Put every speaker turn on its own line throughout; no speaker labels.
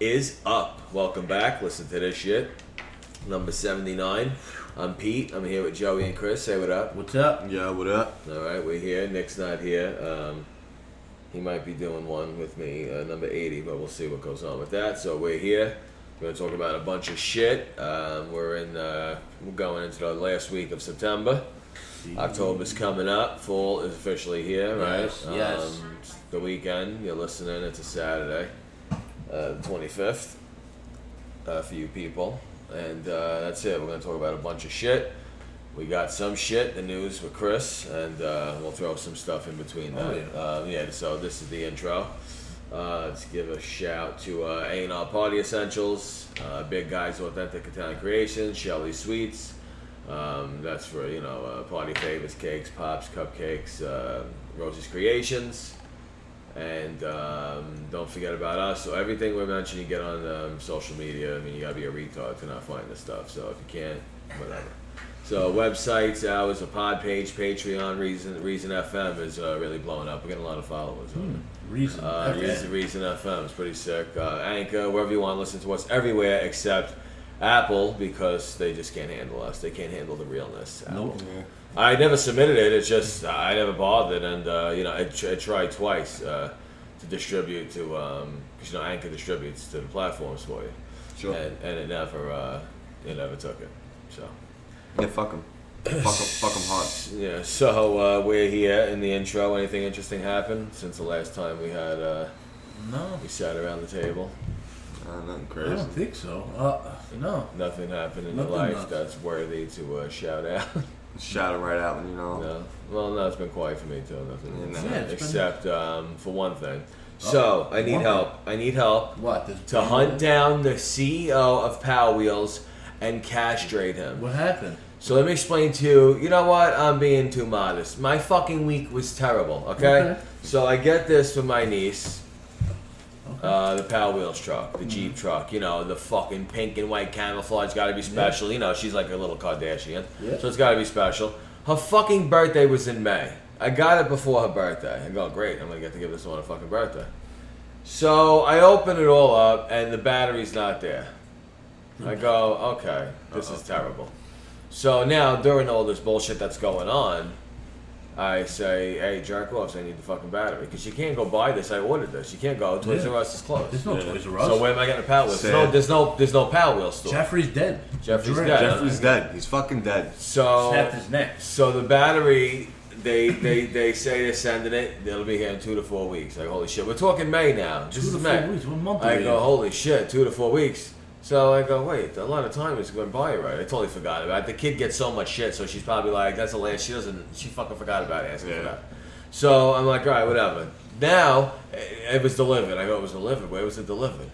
is up. Welcome back. Listen to this shit. Number 79. I'm Pete. I'm here with Joey and Chris. Say what up.
What's up?
Yeah, what up?
All right, we're here. Nick's not here. Um, he might be doing one with me, uh, number 80, but we'll see what goes on with that. So we're here. We're going to talk about a bunch of shit. Um, we're in. Uh, we're going into the last week of September.
Mm-hmm.
October's coming up. Fall is officially here, right?
Yes, yes.
it's the weekend. You're listening. It's a Saturday, uh, the 25th, uh, for you people. And uh, that's it. We're going to talk about a bunch of shit. We got some shit, the news with Chris, and uh, we'll throw some stuff in between that.
Oh,
yeah. Um, yeah, so this is the intro. Uh, let's give a shout to uh, A&R Party Essentials, uh, Big Guys Authentic Italian Creations, Shelly Sweets. Um, that's for, you know, uh, party favors, cakes, pops, cupcakes, uh, Rose's Creations. And um, don't forget about us. So everything we mentioned, you get on um, social media. I mean, you gotta be a retard to not find this stuff. So if you can't, whatever. So websites, ours, a pod page, Patreon, Reason Reason FM is uh, really blowing up. We're getting a lot of followers on it.
Hmm. Reason.
Uh,
Okay.
Reason, Reason FM is pretty sick. Uh, Anchor, wherever you want to listen to us, everywhere except Apple because they just can't handle us. They can't handle the realness. Apple.
Nope.
I never submitted it. It's just uh, I never bothered, and uh, you know, I, tr- I tried twice uh, to distribute to because you know Anchor distributes to the platforms for you,
Sure.
and, and it never uh, it never took it. So.
Yeah, fuck him. fuck him. Fuck him hard.
Yeah, so uh, we're here in the intro. Anything interesting happened since the last time we had uh,
No,
we sat around the table?
Uh, nothing
I
crazy.
don't think so. Uh, no.
Nothing happened in
Nothing
your life
much.
that's worthy to uh, shout out.
Shout him right out, you know.
no, well, no, it's been quiet for me too. Nothing,
Yeah,
it's been- Oh.
except um, for one thing. So I need
one
help. I need help
What? This
to hunt down the CEO of Power Wheels and castrate him.
What happened?
So let me explain to you. You know what? I'm being too modest. My fucking week was terrible. Okay.
Okay.
So I get this from my niece. Uh, the Power Wheels truck, the Jeep
Mm-hmm.
truck, you know, the fucking pink and white camouflage got to be special. You know, she's like a little Kardashian.
Yeah.
So it's got to be special. Her fucking birthday was in May. I got it before her birthday. I go, great, I'm going to get to give this one a fucking birthday. So I open it all up, and the battery's not there. I go, okay, this is terrible. So now, during all this bullshit that's going on, I say, hey, jerk offs, I need the fucking battery. Because you can't go buy this, I ordered this. You can't go, Toys
Yeah.
R Us is closed.
There's no
Yeah.
Toys R Us.
so where am I getting a Power Wheel? There's no,
Sad.
there's no, there's no Power Wheel store.
Jeffrey's dead.
Jeffrey's
Drake
dead. Oh.
Jeffrey's dead. He's fucking dead.
so
Snapped his neck.
so the battery, they they they say they're sending it. It'll be here in two to four weeks. Like holy shit, we're talking May now. This
Two
is
to
May.
four weeks. What month are
I
we
go
in?
holy shit, two to four weeks. So I go wait, a lot of time is going by right. I totally forgot about it. The kid gets so much shit, so she's probably like that's the last. She doesn't. She fucking forgot about asking for
Yeah.
that. So I'm like all right, whatever. Now eh, it it was delivered. I go it was delivered. Where was it delivered?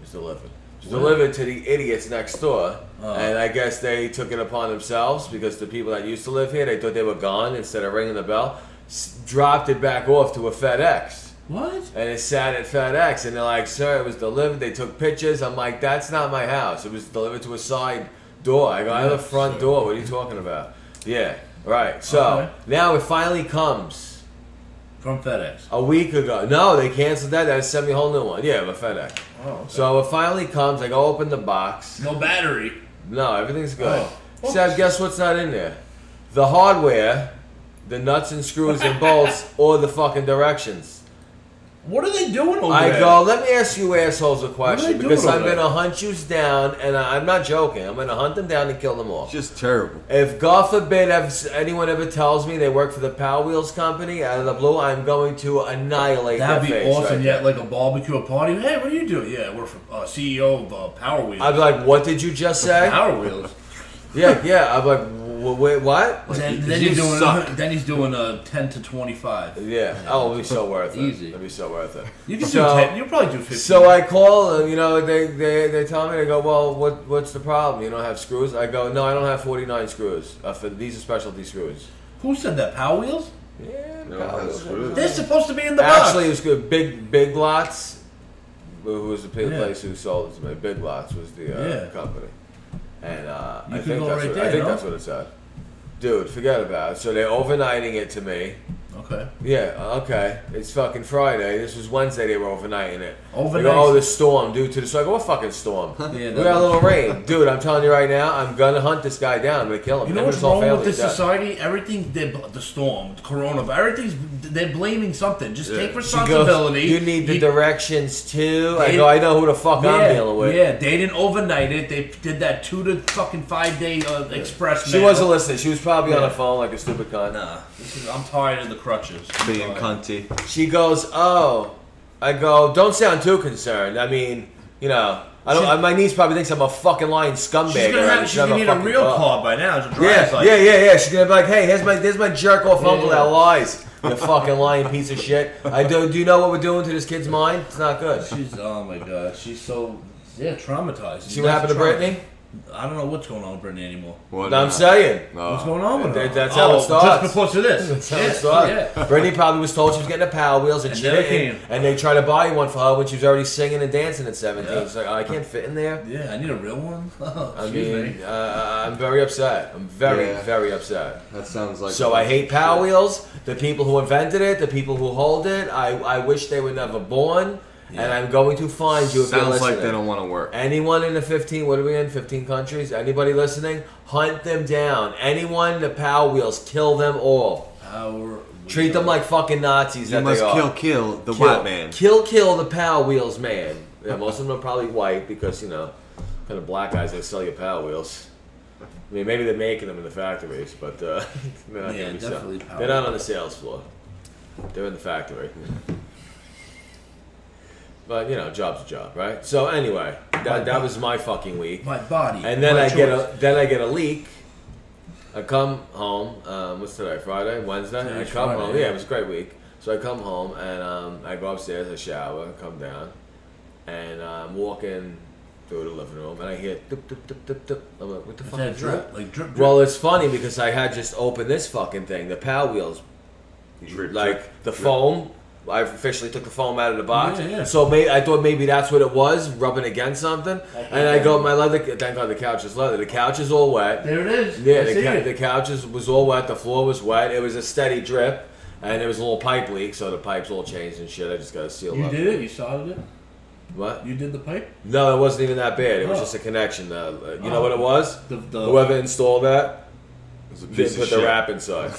was delivered. It was delivered to the idiots next door,
Oh.
and I guess they took it upon themselves because the people that used to live here, they thought they were gone. Instead of ringing the bell, s- dropped it back off to a FedEx,
What?
and it sat at FedEx. And they're like, "Sir, it was delivered." They took pictures. I'm like, "That's not my house. It was delivered to a side door." I go, "I have a front door. What are you talking about?" Yeah, right. So
Okay.
now it finally comes.
From FedEx.
A week ago. No, they canceled that. They sent me a whole new one. Yeah, but FedEx.
Oh, okay.
So it finally comes. I go open the box.
No battery.
No, everything's good.
Oh.
Except guess what's not in there? The hardware, the nuts and screws and bolts, or the fucking directions.
What are they doing over
I
there?
go, let me ask you assholes a
are they
question
doing
because
over
I'm going to
there?
hunt you down, and I, I'm not joking. I'm going to hunt them down and kill them all.
Just terrible.
If God forbid if anyone ever tells me they work for the Power Wheels company out of the blue, I'm going to annihilate
That'd be
their face
awesome.
right
yeah,
there.
like a barbecue, a party. Hey, what are you doing? Yeah, we're from, uh, CEO of uh, Power Wheels.
I'd be like, what did you just say?
Power Wheels.
Yeah, yeah. I'm like, "Wh- wait, what?
then,
you-
then
you
he's doing.
suck.
Then he's doing a ten to twenty-five.
Yeah. Oh, it'd be so worth it.
Easy.
It'd be so worth it.
You can
so,
do ten. You probably do fifteen.
So I call them. You know, they, they they tell me they go, well, what what's the problem? You don't have screws? I go, no, I don't have 49 screws. Uh, for, these are specialty screws.
Who said that? Power Wheels?
Yeah.
don't have
probably.
screws.
They're supposed to be in the box.
Actually, it was good. Big Big Lots, who was the pla-
Yeah.
place who sold it to me. Big Lots was the uh,
Yeah.
company, and uh,
You
I
could
think
go
that's
right
what, I
there,
think
no?
that's what it said. Dude, forget about it. So they're overnighting it to me.
Okay.
Yeah, okay. It's fucking Friday. This was Wednesday. They were overnighting it. They
Overnight.
go, oh, the storm due to the. So I go, what fucking storm?
Yeah,
we
no.
got a little rain, dude. I'm telling you right now, I'm gonna hunt this guy down. I'm gonna kill him.
You
Him
know
and
what's
his whole
wrong with
family
this
dead.
society? Everything, they, bl- the storm, the coronavirus, everything's, they're blaming something. Just take
She goes,
responsibility.
you need the directions too. I
They-
go, I know who the fuck I'm dealing with.
Yeah, they didn't overnight it. They did that two to fucking five day uh, express
She
mail.
wasn't listening. She was probably on
Yeah.
the phone like a stupid cunt.
Nah, this is, I'm tired of the crutches.
Being
Uh,
cunty.
She goes, "Oh." I go, "Don't sound too concerned. I mean, you know, I don't.
She-
my niece probably thinks I'm a fucking lying scumbag.
She's gonna
or I
have.
just
She's
have
gonna need a
fucking
real
car.
car by now. It's a
Yeah,
driver's license.
yeah, yeah, yeah. She's gonna be like, "Hey, here's my, there's my jerk off uncle
Yeah.
that lies. You fucking lying piece of shit. I do. Do you know what we're doing to this kid's mind? It's not good.
She's oh my god. She's so yeah traumatized.
See what happened to Brittany?
I don't know what's going on with Brittany anymore.
What?
I'm
not?
saying.
No.
What's going on with her?
That- that's how it starts.
Oh, Just because of this.
That's how
Yeah,
it started.
yeah.
Brittany probably was told she was getting a Power Wheels, and,
And
she
never
didn't.
came.
And they tried to buy one for her when she was already singing and dancing at 17.
Yeah.
She's like, oh, I can't fit in there.
Yeah, I need a real one.
I
Excuse me.
mean, uh, I'm very upset. I'm very,
Yeah.
very upset.
That sounds like.
So I hate Power Wheels, the people who invented it, the people who hold it. I, I wish they were never born, and
Yeah.
I'm going to find you if you're
Sounds
listening.
like they don't want to work.
Anyone in the 15, what are we in? 15 countries? Anybody listening? Hunt them down. Anyone, the Power Wheels, kill them all.
Power.
Treat them like fucking Nazis
You
that
must
they are.
kill, kill the
kill,
white man.
Kill, kill the Power Wheels man. Yeah, most of them are probably white because, you know, kind of black guys that sell you Power Wheels. I mean, maybe they're making them in the factories, but uh, they're, not
Yeah,
gonna be
definitely
sell-
Power
they're not on the sales floor. They're in the factory. But, you know, job's a job, right? So, anyway, that, that was my fucking week.
my body.
And then
my
I get
choice.
a then I get a leak. I come home. Um, what's today? Friday, Wednesday.
Today
I
is
come
Friday,
home. Yeah,
yeah.
it was a great week. So I come home and um, I go upstairs. I shower. Come down, and I'm walking through the living room, and I hear dip, dip, dip, dip, dip. I'm like, what the
Is
fuck
that
is that?
drip? Like drip. drip.
Well, it's funny because I had just opened this fucking thing, the Power Wheels,
Drip, drip.
like the foam. I officially took the foam out of the box,
Yeah, yeah.
so may, I thought maybe that's what it was, rubbing against something.
Okay.
And I go, my leather. Thank God the couch is leather. The couch is all wet.
there it is.
Yeah,
I
the,
see
cou-
it.
the couch is, was all wet. The floor was wet. It was a steady drip, and it was a little pipe leak, so the pipes all changed and shit. I just got to seal
You
up.
did it. You soldered it.
What?
You did the pipe.
No, it wasn't even that bad. It was
Oh.
just a connection. Uh, uh, you know
Oh.
what it was?
The, the
Whoever installed that
It's a piece
didn't
of
put the
shit.
wrap inside.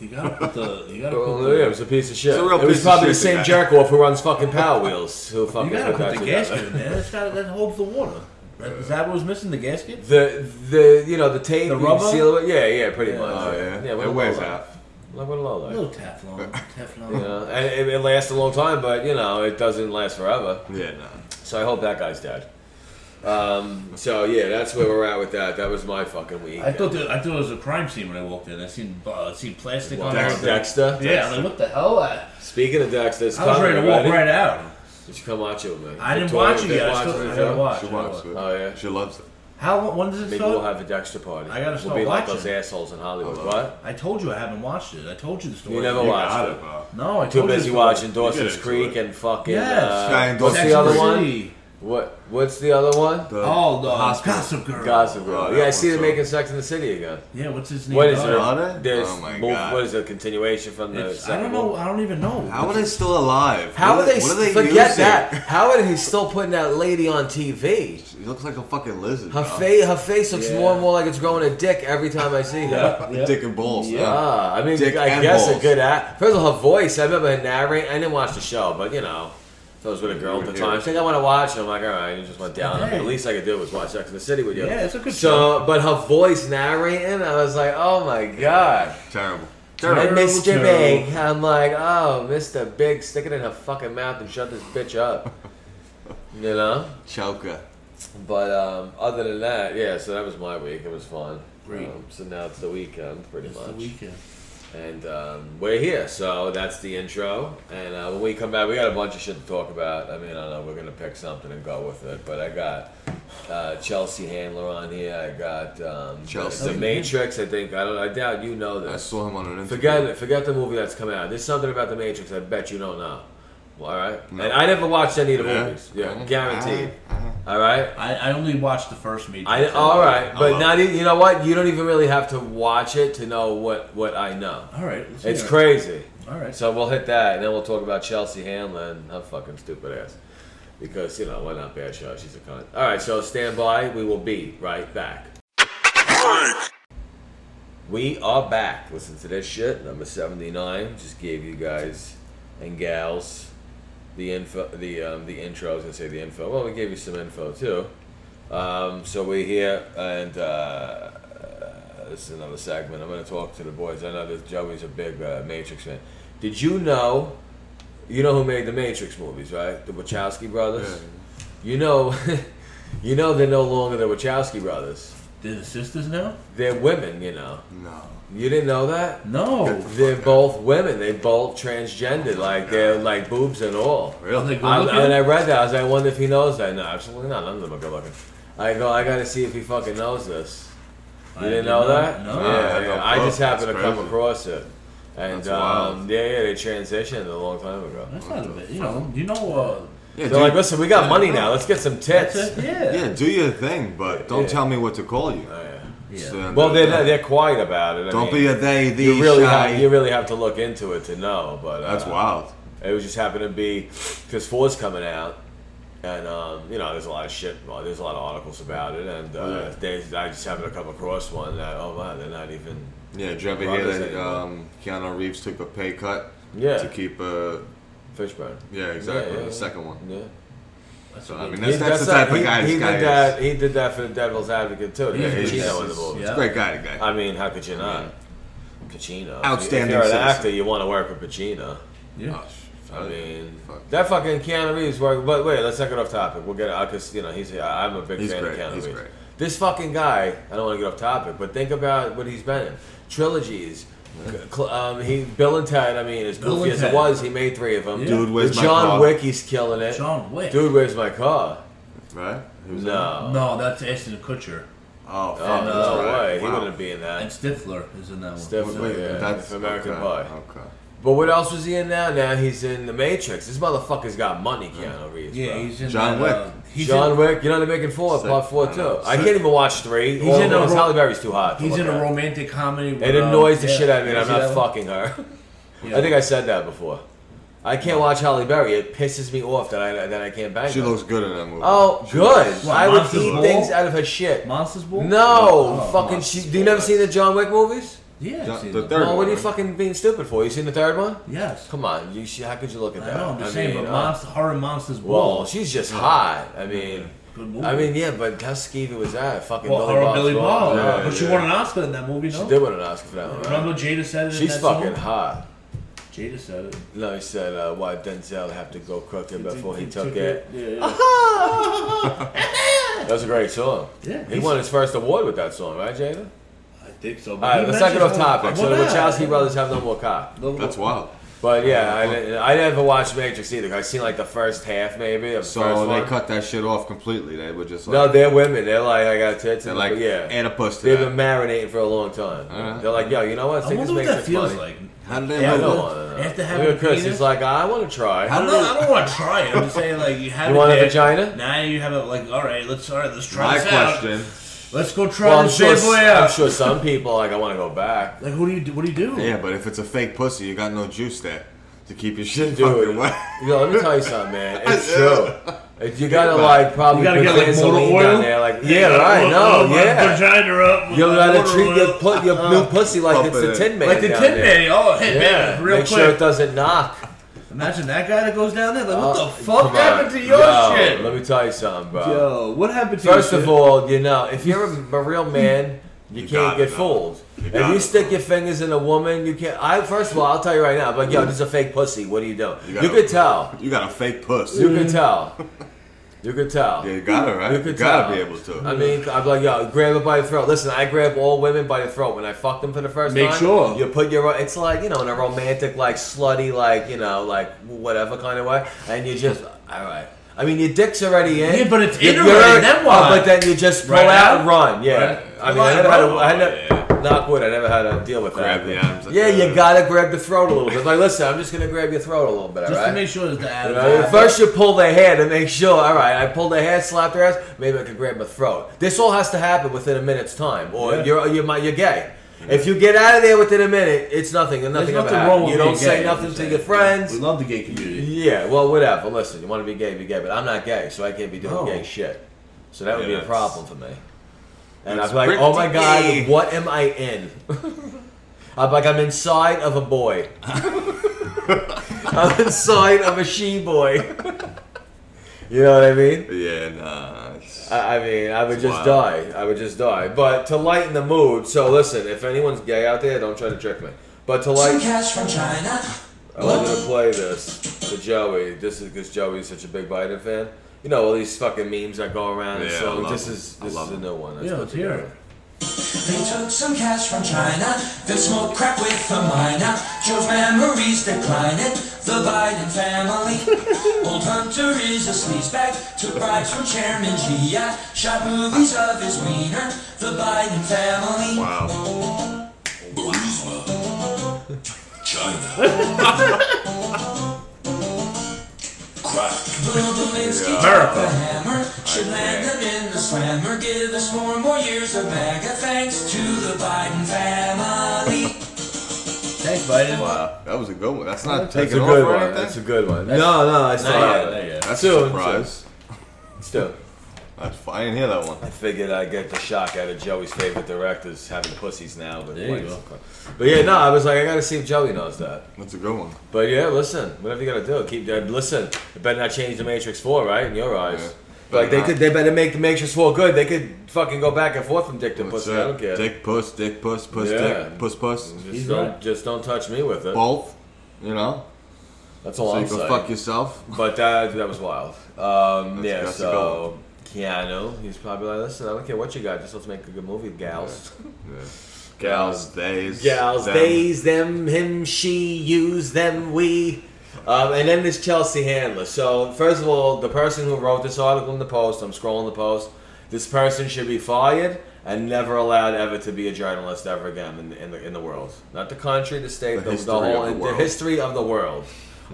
You gotta put the. You gotta put
Well,
the.
yeah, it was a piece of shit.
It's a real
it was
piece of
probably
shit,
the same
the guy.
jerk off who runs fucking Power Wheels. Who fucking
You gotta
put
put
that
the
together.
gasket in there. That's got that holds the water. That, is that what was missing? The gasket?
The the you know the tape
The
you
rubber?
seal it. Yeah, yeah, pretty
Yeah.
much.
Oh yeah.
yeah. what a
it weighs
low life.
out.
Like what a low
A
life.
little Teflon. Teflon.
You know, and it, it lasts a long time, but you know it doesn't last forever.
Yeah, no.
So I hope that guy's dead. Um, so yeah, that's where we're at with that. That was my fucking week.
I thought that, I thought it was a crime scene when I walked in. I seen uh, I seen plastic on there.
Dexter. Dexter.
Yeah, I'm like what the hell? I,
Speaking of Dexter, it's
I was ready
coming
to walk
already.
right out.
You should come watch it with me.
I didn't
Victoria,
watch it
they
yet. I,
watch
still,
it,
I
yeah.
gotta watch.
She
I gotta
walks
watch.
with.
Oh, yeah.
She loves it.
How? When does it
Maybe we'll
start?
have a Dexter party.
I gotta
We'll
start
be like
watching. Oh,
those assholes in Hollywood.
I love
What?
I told you I haven't watched it. I told you the story.
You never
You
watched
got
it.
it, bro.
No, I
Too
told you
busy
the story.
watching Dawson's
into
Creek
it.
and fucking.
Yes.
Guy
Uh,
in
what's
Dawson's
the other
Sex and the
one?
City.
What? What's the other one?
The
Oh, the
hospital.
Gossip Girl.
Gossip
Oh,
Girl.
that
yeah, I
one
see them
sucked.
making Sex in the City again.
Yeah, what's his name?
What is
Oh,
Are
it?
they?
There's
Oh my
mul-
God.
What is it? A continuation from the
it's-
second
I don't
one?
know. I don't even know.
How are they still alive?
How
What
are they?
What are they
forget
using?
that. How are they still putting that lady on TV?
She looks like a fucking lizard.
Her
bro.
face, her face looks
Yeah.
more and more like it's growing a dick every time I see her.
Yep.
Dick and balls.
Yeah.
huh?
Ah, I mean,
Dick
I
and
guess a
balls.
good act. First of all, her voice. I remember her narrating. I didn't watch the show, but you know, if I was with a girl at the
Yeah.
time, she's like, I want to watch. And I'm like, all right, you just went down. I mean,
Hey.
the least I could do was watch Sex in the City with you.
Yeah, it's a good
so, but her voice narrating, I was like, oh my god.
Terrible.
And
Terrible.
Terrible,
Mr.
terrible.
Big, I'm like, oh, Mr. Big, stick it in her fucking mouth and shut this bitch up. You know?
Choker.
But um, other than that, yeah, so that was my week. It was fun.
Great.
Um, so now it's the weekend, pretty
It's the
much.
weekend.
And um, we're here, so that's the intro. And uh, when we come back, we got a bunch of shit to talk about. I mean, I don't know, we're going to pick something and go with it. But I got uh, Chelsea Handler on here. I got um,
Chelsea.
The Matrix, I think. I don't. I doubt you know this.
I saw him on an Instagram.
Forget it. Forget the movie that's coming out. There's something about the Matrix. I bet you don't know. Well, all right. And I never watched any of the
Yeah. Uh-huh.
movies. Yeah,
Yeah. Ah.
guaranteed. All right.
I, I only watched the first meeting. Oh,
I all right. But
love
not even. You know what? You don't even really have to watch it to know what what I know.
All right. Let's
It's
hear it.
crazy.
All right.
So we'll hit that, and then we'll talk about Chelsea Hamlin, her fucking stupid ass. Because, you know, why not bad shot? She's a cunt. All right, so stand by. We will be right back. We are back. Listen to this shit. Number 79. Just gave you guys and gals the info, the um, the intro. I was going to say the info. Well, we gave you some info, too. Um, so we're here, and uh, this is another segment. I'm going to talk to the boys. I know that Joey's a big uh, Matrix fan. Did you know? You know who made the Matrix movies, right? The Wachowski brothers. You know, you know they're no longer the Wachowski brothers.
They're the sisters now?
They're women, you know.
No.
You didn't know that?
No.
They're both women. They both transgendered, like they're like boobs and all.
Really?
I,
Like- Good
I-
looking?
and I read that. I was like, I wonder if he knows that. No, absolutely not. None of them are good looking. I go, I gotta see if he fucking knows this. You
I
didn't
did
know
not
that?
know.
Yeah,
I had no
yeah. I just
clue.
happened
That's
to come
crazy.
across it. And
That's wild.
um, yeah, yeah, they transitioned a long time ago.
That's not a bit. You know, you know, uh,
Yeah,
They're
do,
like, listen, we got money now. Let's get some
that's
tits.
it. Yeah.
yeah, do your thing, but don't
Yeah.
tell me what to call you.
Oh, yeah.
Yeah.
So,
Well, they're they're quiet about it. I
don't
mean,
be a they, the
you really
shy.
have you really have to look into it to know. But uh,
That's wild.
It was just happened to be because four's coming out, and um, you know, there's a lot of shit. Well, there's a lot of articles about it, and uh,
Yeah.
they, I just happened to come across one that oh wow, they're not even.
Yeah, did you ever hear
Brothers
that
anymore.
um, Keanu Reeves took a pay cut
Yeah.
to keep uh
Fishburne.
yeah exactly
Yeah, yeah,
the second one.
Yeah.
That's
So
what
I mean
they-
that's,
He-
that's, the
not-
type of
he-
guy
he
this guy
did
is.
that. He did that for the Devil's Advocate too.
Yeah,
Yeah,
he's
Pacino
just-
in the movie.
He's
Yeah.
a great guy, the guy.
I mean, how could you not? Pacino. If you-
Outstanding
If you're an
citizen.
actor, you want to work with Pacino.
yeah.
I mean,
Oh, Fuck.
that fucking Keanu Reeves work. But wait, let's not get off topic. We'll get out because you know he's. I- I'm a big
He's
fan
great.
of Keanu
He's
Reeves.
great.
This fucking guy. I don't want to get off topic, but think about what he's been in trilogies. Cl- Um, he Bill and Ted. I mean, as
Bill
goofy
and
as it
Ted.
was, he made three of them.
Yeah.
Dude, where's my
John
car?
Wick? He's killing it.
John Wick.
Dude, where's my car?
right? He was in-
No.
No, that's Ashton Kutcher.
Oh,
Oh,
fuck, that's
no
right.
way. He
Wow.
wouldn't be in
uh, And
that.
Stifler is in that one.
Stif-
Wait, wait,
Yeah,
that's
it's American
okay,
Pie.
Okay.
But what else was he in now? Now he's in The Matrix. This motherfucker's got money, Keanu Reeves.
Mm. Yeah,
bro.
he's in
John
that, uh,
Wick.
he's
John
in,
Wick, you know they're making four,
Sick.
part four
I
too.
know.
I can't even watch three. He's
He's
All
in
in those
a ro-
Halle Berry's too hot. to
He's
look
in a
at.
romantic comedy.
It
with, um,
annoys the
yeah.
shit out of me. and
You
I'm
see
not
that one?
fucking her.
Yeah.
I think I said that before. I can't watch Halle Berry. It pisses me off that I that I can't bang
She
her.
looks good in that movie.
oh,
She
good.
looks-
What,
I would
Monsters
eat
Ball?
things out of her shit.
Monsters Ball.
No,
Oh,
fucking. She,
Monsters
do you
Ball,
never seen the
that's-
John Wick movies?
Yeah,
John-
I've seen
the
that.
third-
No, what are you
one.
fucking being stupid for? You seen the third one?
Yes.
Come on, you. How could you look at
I
that?
know. I'm just
I
saying,
mean,
but
uh,
Monster, her and Monsters
Well,
Ball.
she's just hot. I mean,
Good movie.
I mean, yeah, but how skeevy was that? Fucking
well,
Billy
her
Bob's
and Billy
Brown.
Bob.
Yeah,
but she
yeah.
won an Oscar in that movie, no?
She did win an Oscar for that one.
Remember
Right?
Jada said it. in
She's
that
fucking
Song?
hot.
Jada said it.
No, he said, uh, why Denzel have to go crooked before he took it.
Yeah, yeah.
That was a great song.
Yeah,
He won his first award with that song, right, Jada?
I think so.
All right, let's not get off topic. So the Wachowski brothers have no more cop.
That's wild.
But yeah, I, didn't- I never watched Matrix either. I seen like the first half, maybe. Of the
So
first
they
one.
cut that shit off completely. They were just like,
No, they're women. They're like, I got tits.
they're
And
like,
like, yeah.
add a puss to
They've
that.
been marinating for a long time.
Alright.
They're like, yo, you know what?
I
Take this
wonder what that
Matrix
feels
money.
like.
How did they
Yeah,
I
move
don't
it?
Look,
want to know.
after having
Even Chris,
penis-
he's like, I want to try.
How
I'm not, I don't want to try it. I'm just saying, like, you have
You
it
want a
there.
vagina?
Now you have it, like, all right, let's, all right, let's try
My
this out.
question.
Let's go try
Well, I'm
this
sure,
bad boy
I'm
out.
sure some people like, I want to go back.
Like, what do you do? What do you do?
Yeah, but if it's a fake pussy, you got no juice there to keep your shit
Dude,
fucking wet.
yo, let me tell you something, man. It's
Yeah.
true. If You gotta like probably
You gotta
put
get like motor
Vaseline
oil
down there, like yeah, right,
Look,
no,
look,
yeah.
Vagina up. with
You
my
gotta
motor
treat your
oil. Uh,
put your new pussy like
Pump
it's
it
the
in.
Tin Man.
like the
down
Tin
there.
Man. Oh, hey,
Yeah,
man, real
make
quick.
sure it doesn't knock.
Imagine that guy that goes down there. Like, what
Uh,
the fuck
come
happened
on.
to your
Yo,
shit?
Let me tell you something, bro.
Yo, what happened to
First
your
of
shit?
all, you know, if you're a, a real man, you,
You
can't
gotta
get
know.
fooled.
You
if
gotta
you stick
know.
your fingers in a woman, you can't. I first of all, I'll tell you right now, I'm like, yo, this is a fake pussy. What are you doing? You,
Mm. You gotta- Mm.
could tell.
You got a fake puss.
You
Yeah,
could tell. You could tell.
you got it, right?
You
You,
could
gotta
tell.
be able to.
I mean, I'm like, yo, grab it by the throat. Listen, I grab all women by the throat when I fuck them for the first
Make
time.
sure.
you put your. It's like you know, in a romantic, like slutty, like you know, like whatever kind of way, and you just all right. I mean, your dick's already in.
Yeah, but it's
You-
in
you're
already,
already-
then
oh,
what?
But then you just pull
Right
out,
out?
and run. Yeah.
Right.
I mean,
Pull
I
out
never
and
had a,
run.
I never, knock wood, I never had to deal with
Grab
that.
the arms like
yeah, you
that.
gotta grab the throat a little bit. Like, listen, I'm just gonna grab your throat a little bit.
Just
all right?
to make sure that the
You
Adam.
know, first you pull their hair to make sure. All right, I pulled their hair, slapped their ass. Maybe I could grab my throat. This all has to happen within a minute's time, or
Yeah.
you're you're my, you're gay. If you get out of there within a minute, it's nothing and nothing
There's nothing
about
wrong
it.
with
You don't
being
say
gay, I'm
nothing
just
to
saying.
your friends.
We love the gay community.
Yeah, well, whatever. Listen, you want to be gay, be gay, but I'm not gay, so I can't be doing
No.
gay shit. So that would
Yeah,
be a
that's-
problem for me. And I'd
that's
be like, oh my
pretty
god,
gay."
what am I in? I'm like, I'm inside of a boy. I'm inside of a she boy. you know what I mean?
Yeah, nah. It's,
I, I mean, I would
It's
just die.
wild.
I would just die. But to lighten the mood, so listen, if anyone's gay out there, don't try to trick me. But to
Some
lighten.
cash from China.
I wanted to play this to Joey. This is because Joey's such a big Biden fan. You know all these fucking memes that go around. and
Yeah, I
so
love
this
them.
is
I
this
love
is a
them.
new one. that's
Yeah,
put
let's hear
together.
it.
They took some cash from China, then smoked crack with a minor. Joe's memories declining, the Biden family. Old Hunter is a sleazebag, took bribes from Chairman G.I., shot movies of his wiener, the Biden family.
wow.
China. Crack.
America.
Hammer should land them in the slammer. Give us four more years of mega thanks to the Biden family.
Thanks, Biden.
Wow. That was a good one. That's not
That's a
taking off
good
or
one.
anything.
That's a good one. No, no, I still
Not yet,
have
not
it.
yet.
That's
Soon,
a surprise.
Still,
That's fi- I didn't hear that one.
I figured I'd get the shock out of Joey's favorite directors having pussies now. But
There you
wait.
go.
But yeah, no, I was like, I gotta see if Joey knows that.
That's a good one.
But yeah, listen, whatever you gotta do, keep that. Listen, it better not change the Matrix Four, right? In your eyes,
Yeah.
like they
Better not.
could, they better make the Matrix Four good. They could fucking go back and forth from dick to
What's
pussy. I don't care.
that? Dick puss, dick puss, puss
Yeah.
dick, puss puss.
Just
He's
don't,
right.
just don't touch me with it.
Both. You know?
That's all
so
I'm
you can
saying.
fuck yourself.
But that that was wild. Um,
That's-
yeah,
that's a
so Keanu, he's probably like, listen, I don't care what you got, just let's make a good movie, gals.
Yeah. Gals, days.
Gals,
them.
days, them, him, she, use them, we. Um, and then there's Chelsea Handler. So first of all, the person who wrote this article in the post, I'm scrolling the post. This person should be fired and never allowed ever to be a journalist ever again in, in the in the world. Not the country, the state,
The
the, the
history
whole
of the
the
world.
history of the world,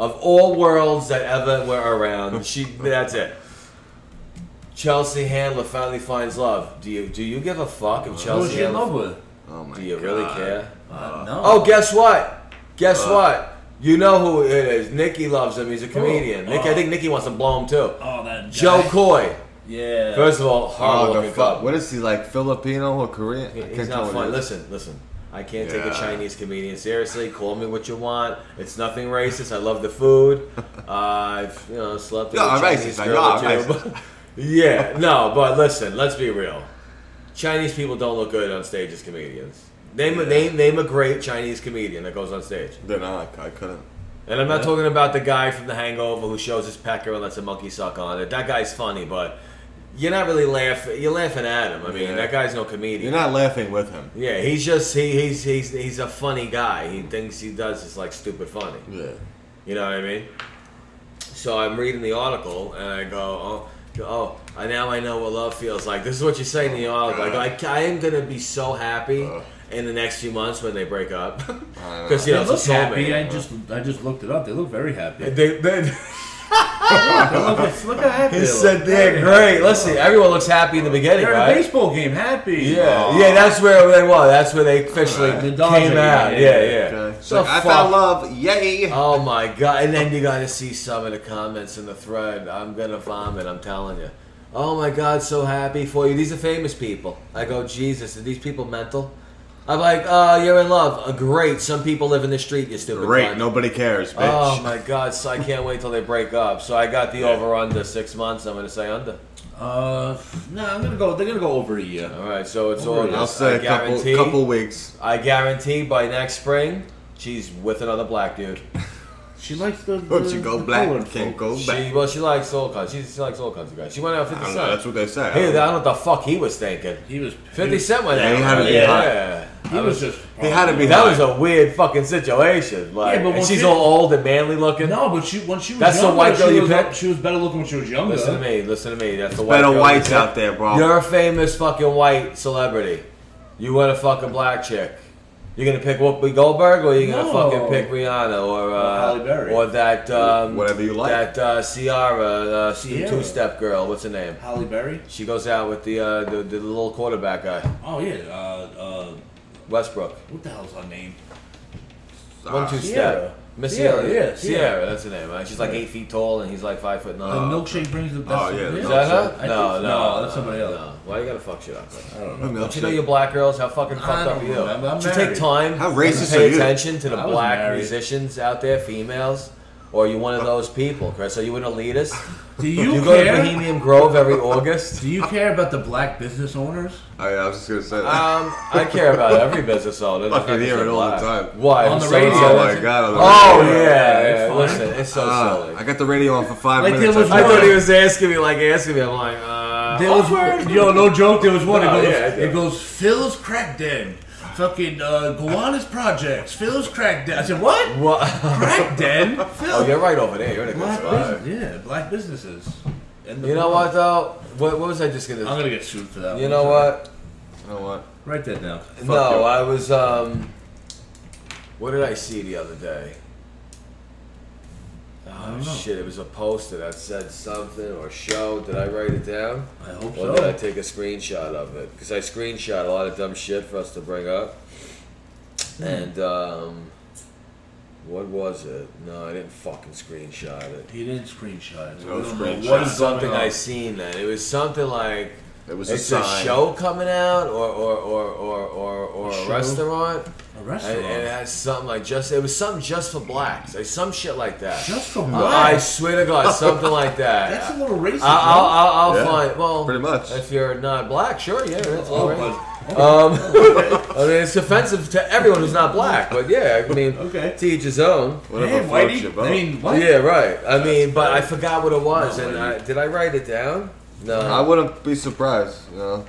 of all worlds that ever were around. She that's it. Chelsea Handler finally finds love. Do you do you give a fuck if
Who was
Chelsea
she in love
Handler?
with?
Oh my
Do you really
God.
care?
Uh, no.
Oh, guess what? Guess what? You know who it is. Nikki loves him. He's a comedian.
Oh.
Nicky, I think Nikki wants to blow him too.
Oh, that guy.
Joe Coy.
Yeah.
First of all,
Oh,
horrible
the
looking
fuck.
cop.
What is he like? Filipino or Korean? I
He's
can't tell
not
what
funny.
it is.
Listen, listen. I can't take a
Yeah.
Chinese comedian seriously. Call me what you want. It's nothing racist. I love the food. Uh, I've you know slept with
No,
a
I'm
Chinese
racist. I
girl
know
or
I'm
two,
racist.
but- yeah, no, but listen. Let's be real. Chinese people don't look good on stage as comedians. Name, a name, name a great Chinese comedian that goes on stage.
Then I, I couldn't.
And I'm not talking about the guy from The Hangover who shows his pecker and lets a monkey suck on it. That guy's funny, but you're not really laughing. You're laughing at him. I mean,
Yeah.
that guy's no comedian.
You're not laughing with him.
yeah, he's just he, he's he's he's a funny guy. He thinks he does is like stupid funny.
Yeah.
You know what I mean? So I'm reading the article and I go, oh, oh, I- now I know what love feels like. This is what you say in the
Oh,
article. I, go, I, ca- I am gonna be so happy
Ugh.
in the next few months when they break up
Uh. know.
because you
They
know
look
it's a
happy.
soulmate.
I just, I just looked it up. They look very happy.
They, they,
They look, look how happy.
He
they
said
look.
they're
Very
great.
happy.
Listen, everyone looks happy in the beginning,
They're at a
right?
baseball game. Happy.
Yeah, yeah, that's where they were. That's where they officially
The
came
Dodger,
out. Yeah,
yeah,
yeah.
yeah,
Okay. It's
So
like, I
fuck.
found love. Yay.
Oh my god! And then you got to see some of the comments in the thread. I'm gonna vomit. I'm telling you. Oh my god, so happy for you. These are famous people. I go, Jesus, are these people mental? I'm like, uh, you're in love. Uh, great. Some people live in the street. You stupid.
Great.
cunt.
Nobody cares, bitch.
Oh my god! So I can't wait till they break up. So I got the over under six months. I'm gonna say under.
Uh, no, I'm gonna go. They're gonna go over a year.
All right, so it's
Don't
all.
worry,
I'll
I
say a couple,
guarantee.
couple weeks.
I guarantee by next spring, she's with another black dude.
She likes the. the
Once you go
Mm-hmm.
the
black,
colored
can't
folk.
go
She
back.
well, she likes all kinds. She, she likes all kinds of guys. She went out with
I
Fifty
don't know. That's
Cent.
what they say.
Hey, I
I
don't
don't-
know what the fuck he was thinking.
He was. he
Fifty
was-
Cent went
Yeah,
out.
he had to
with
be
her.
hot.
Yeah.
He was just.
They had to be.
That
hot.
was a weird fucking situation. Like,
Yeah, but
and
once
she's
you-
all old and manly looking.
No, but she when she was
That's the
younger,
white girl
she
you
was,
picked?
She was better looking when she was younger.
Listen to me. Listen to me. That's the white
better
girl
whites
you picked.
out there, bro.
You're a famous fucking white celebrity. You want to fuck a black chick. You're gonna pick Whoopi Goldberg, or you're gonna
No.
fucking pick Rihanna, or uh,
Halle Berry.
or that um,
Whatever you like.
That uh, Ciara, uh,
Ciara.
two step girl. What's her name?
Halle Berry.
She goes out with the uh, the, the little quarterback guy.
Oh yeah. Uh, uh,
Westbrook.
What the hell's her name?
Ah,
One two
Sierra.
Sierra. Miss
Sierra,
Sierra,
yeah, Sierra.
Sierra. That's her name. Right? She's like eight feet tall, and he's like five foot nine.
The milkshake brings Uh, the best.
Oh, yeah, the
Is that her?
I
No, no,
think- no, that's somebody else.
no. Why you gotta fuck shit up? Like?
I don't know.
Milkshake.
Don't you know your black girls? How fucking fucked up
don't
are you?
remember. I'm
Should you
married.
take time
How
to
racist
pay
are you?
attention to the
I was
black
married.
musicians out there, females? Or are you one of those people, Chris? Are you an elitist?
Do
Do
you,
you go to
care?
Bohemian Grove every August?
Do you care about the black business owners?
Oh, yeah, I was just gonna say that.
Um, I care about every business owner.
Fucking
not just
hear it
the
all the
black.
time.
Why?
On
I'm
the
so
radio.
oh
silly.
my god! I was
Oh
like,
yeah,
Yeah, it's
yeah,
fine.
listen, it's so
uh,
silly.
I got the radio on for five
Like,
minutes.
there was
I
I
thought
thought
one-
he was asking me, like asking me. I'm like, uh,
There was
awkward.
yo, no joke. There was one.
No,
it goes,
Oh, yeah, I do.
it goes. Phil's crack den, fucking uh, Gowanus projects. Phil's crack den. I said what?
What?
Crack den. Phil.
Oh, you're right over there. You're in a good
black
spot.
business. Yeah, black businesses. And the-
You know what though? What, what was I just
I'm
gonna?
gonna get sued for that.
You
one.
know what?
You know what?
Write that down.
No,
you.
I was. um What did I see the other day? Oh shit! It was a poster that said something or show. Did I write it down?
I hope
Or did I
so.
take a screenshot of it? Because I screenshot a lot of dumb shit for us to bring up. And um, what was it? No, I didn't fucking screenshot it.
He didn't screenshot. it, so
No
we don't know
screenshot.
what
What
is
is
going
Oh, something
on.
I seen then? It was something like
It was
it's
a,
a,
sign.
show coming out or or or or or, or a,
show?
restaurant.
A
And,
restaurant.
and it has something like just it was something just for blacks, like some shit like that.
Just for
I- I
blacks?
swear to God, something like that.
That's a little racist.
Uh, I'll,
huh?
I'll, I'll
Yeah,
find. Well,
pretty much.
If you're not black, sure, yeah,
Oh,
that's all right.
but-
Um, I mean, it's offensive to everyone who's not black, but yeah, I mean,
Okay.
to each his own.
Whatever
Hey,
floats your
Whitey.
boat.
I mean, what?
Yeah, right. I mean, but I forgot what it was,
No,
and
like-
I, did I write it down? No,
I wouldn't be surprised. You know,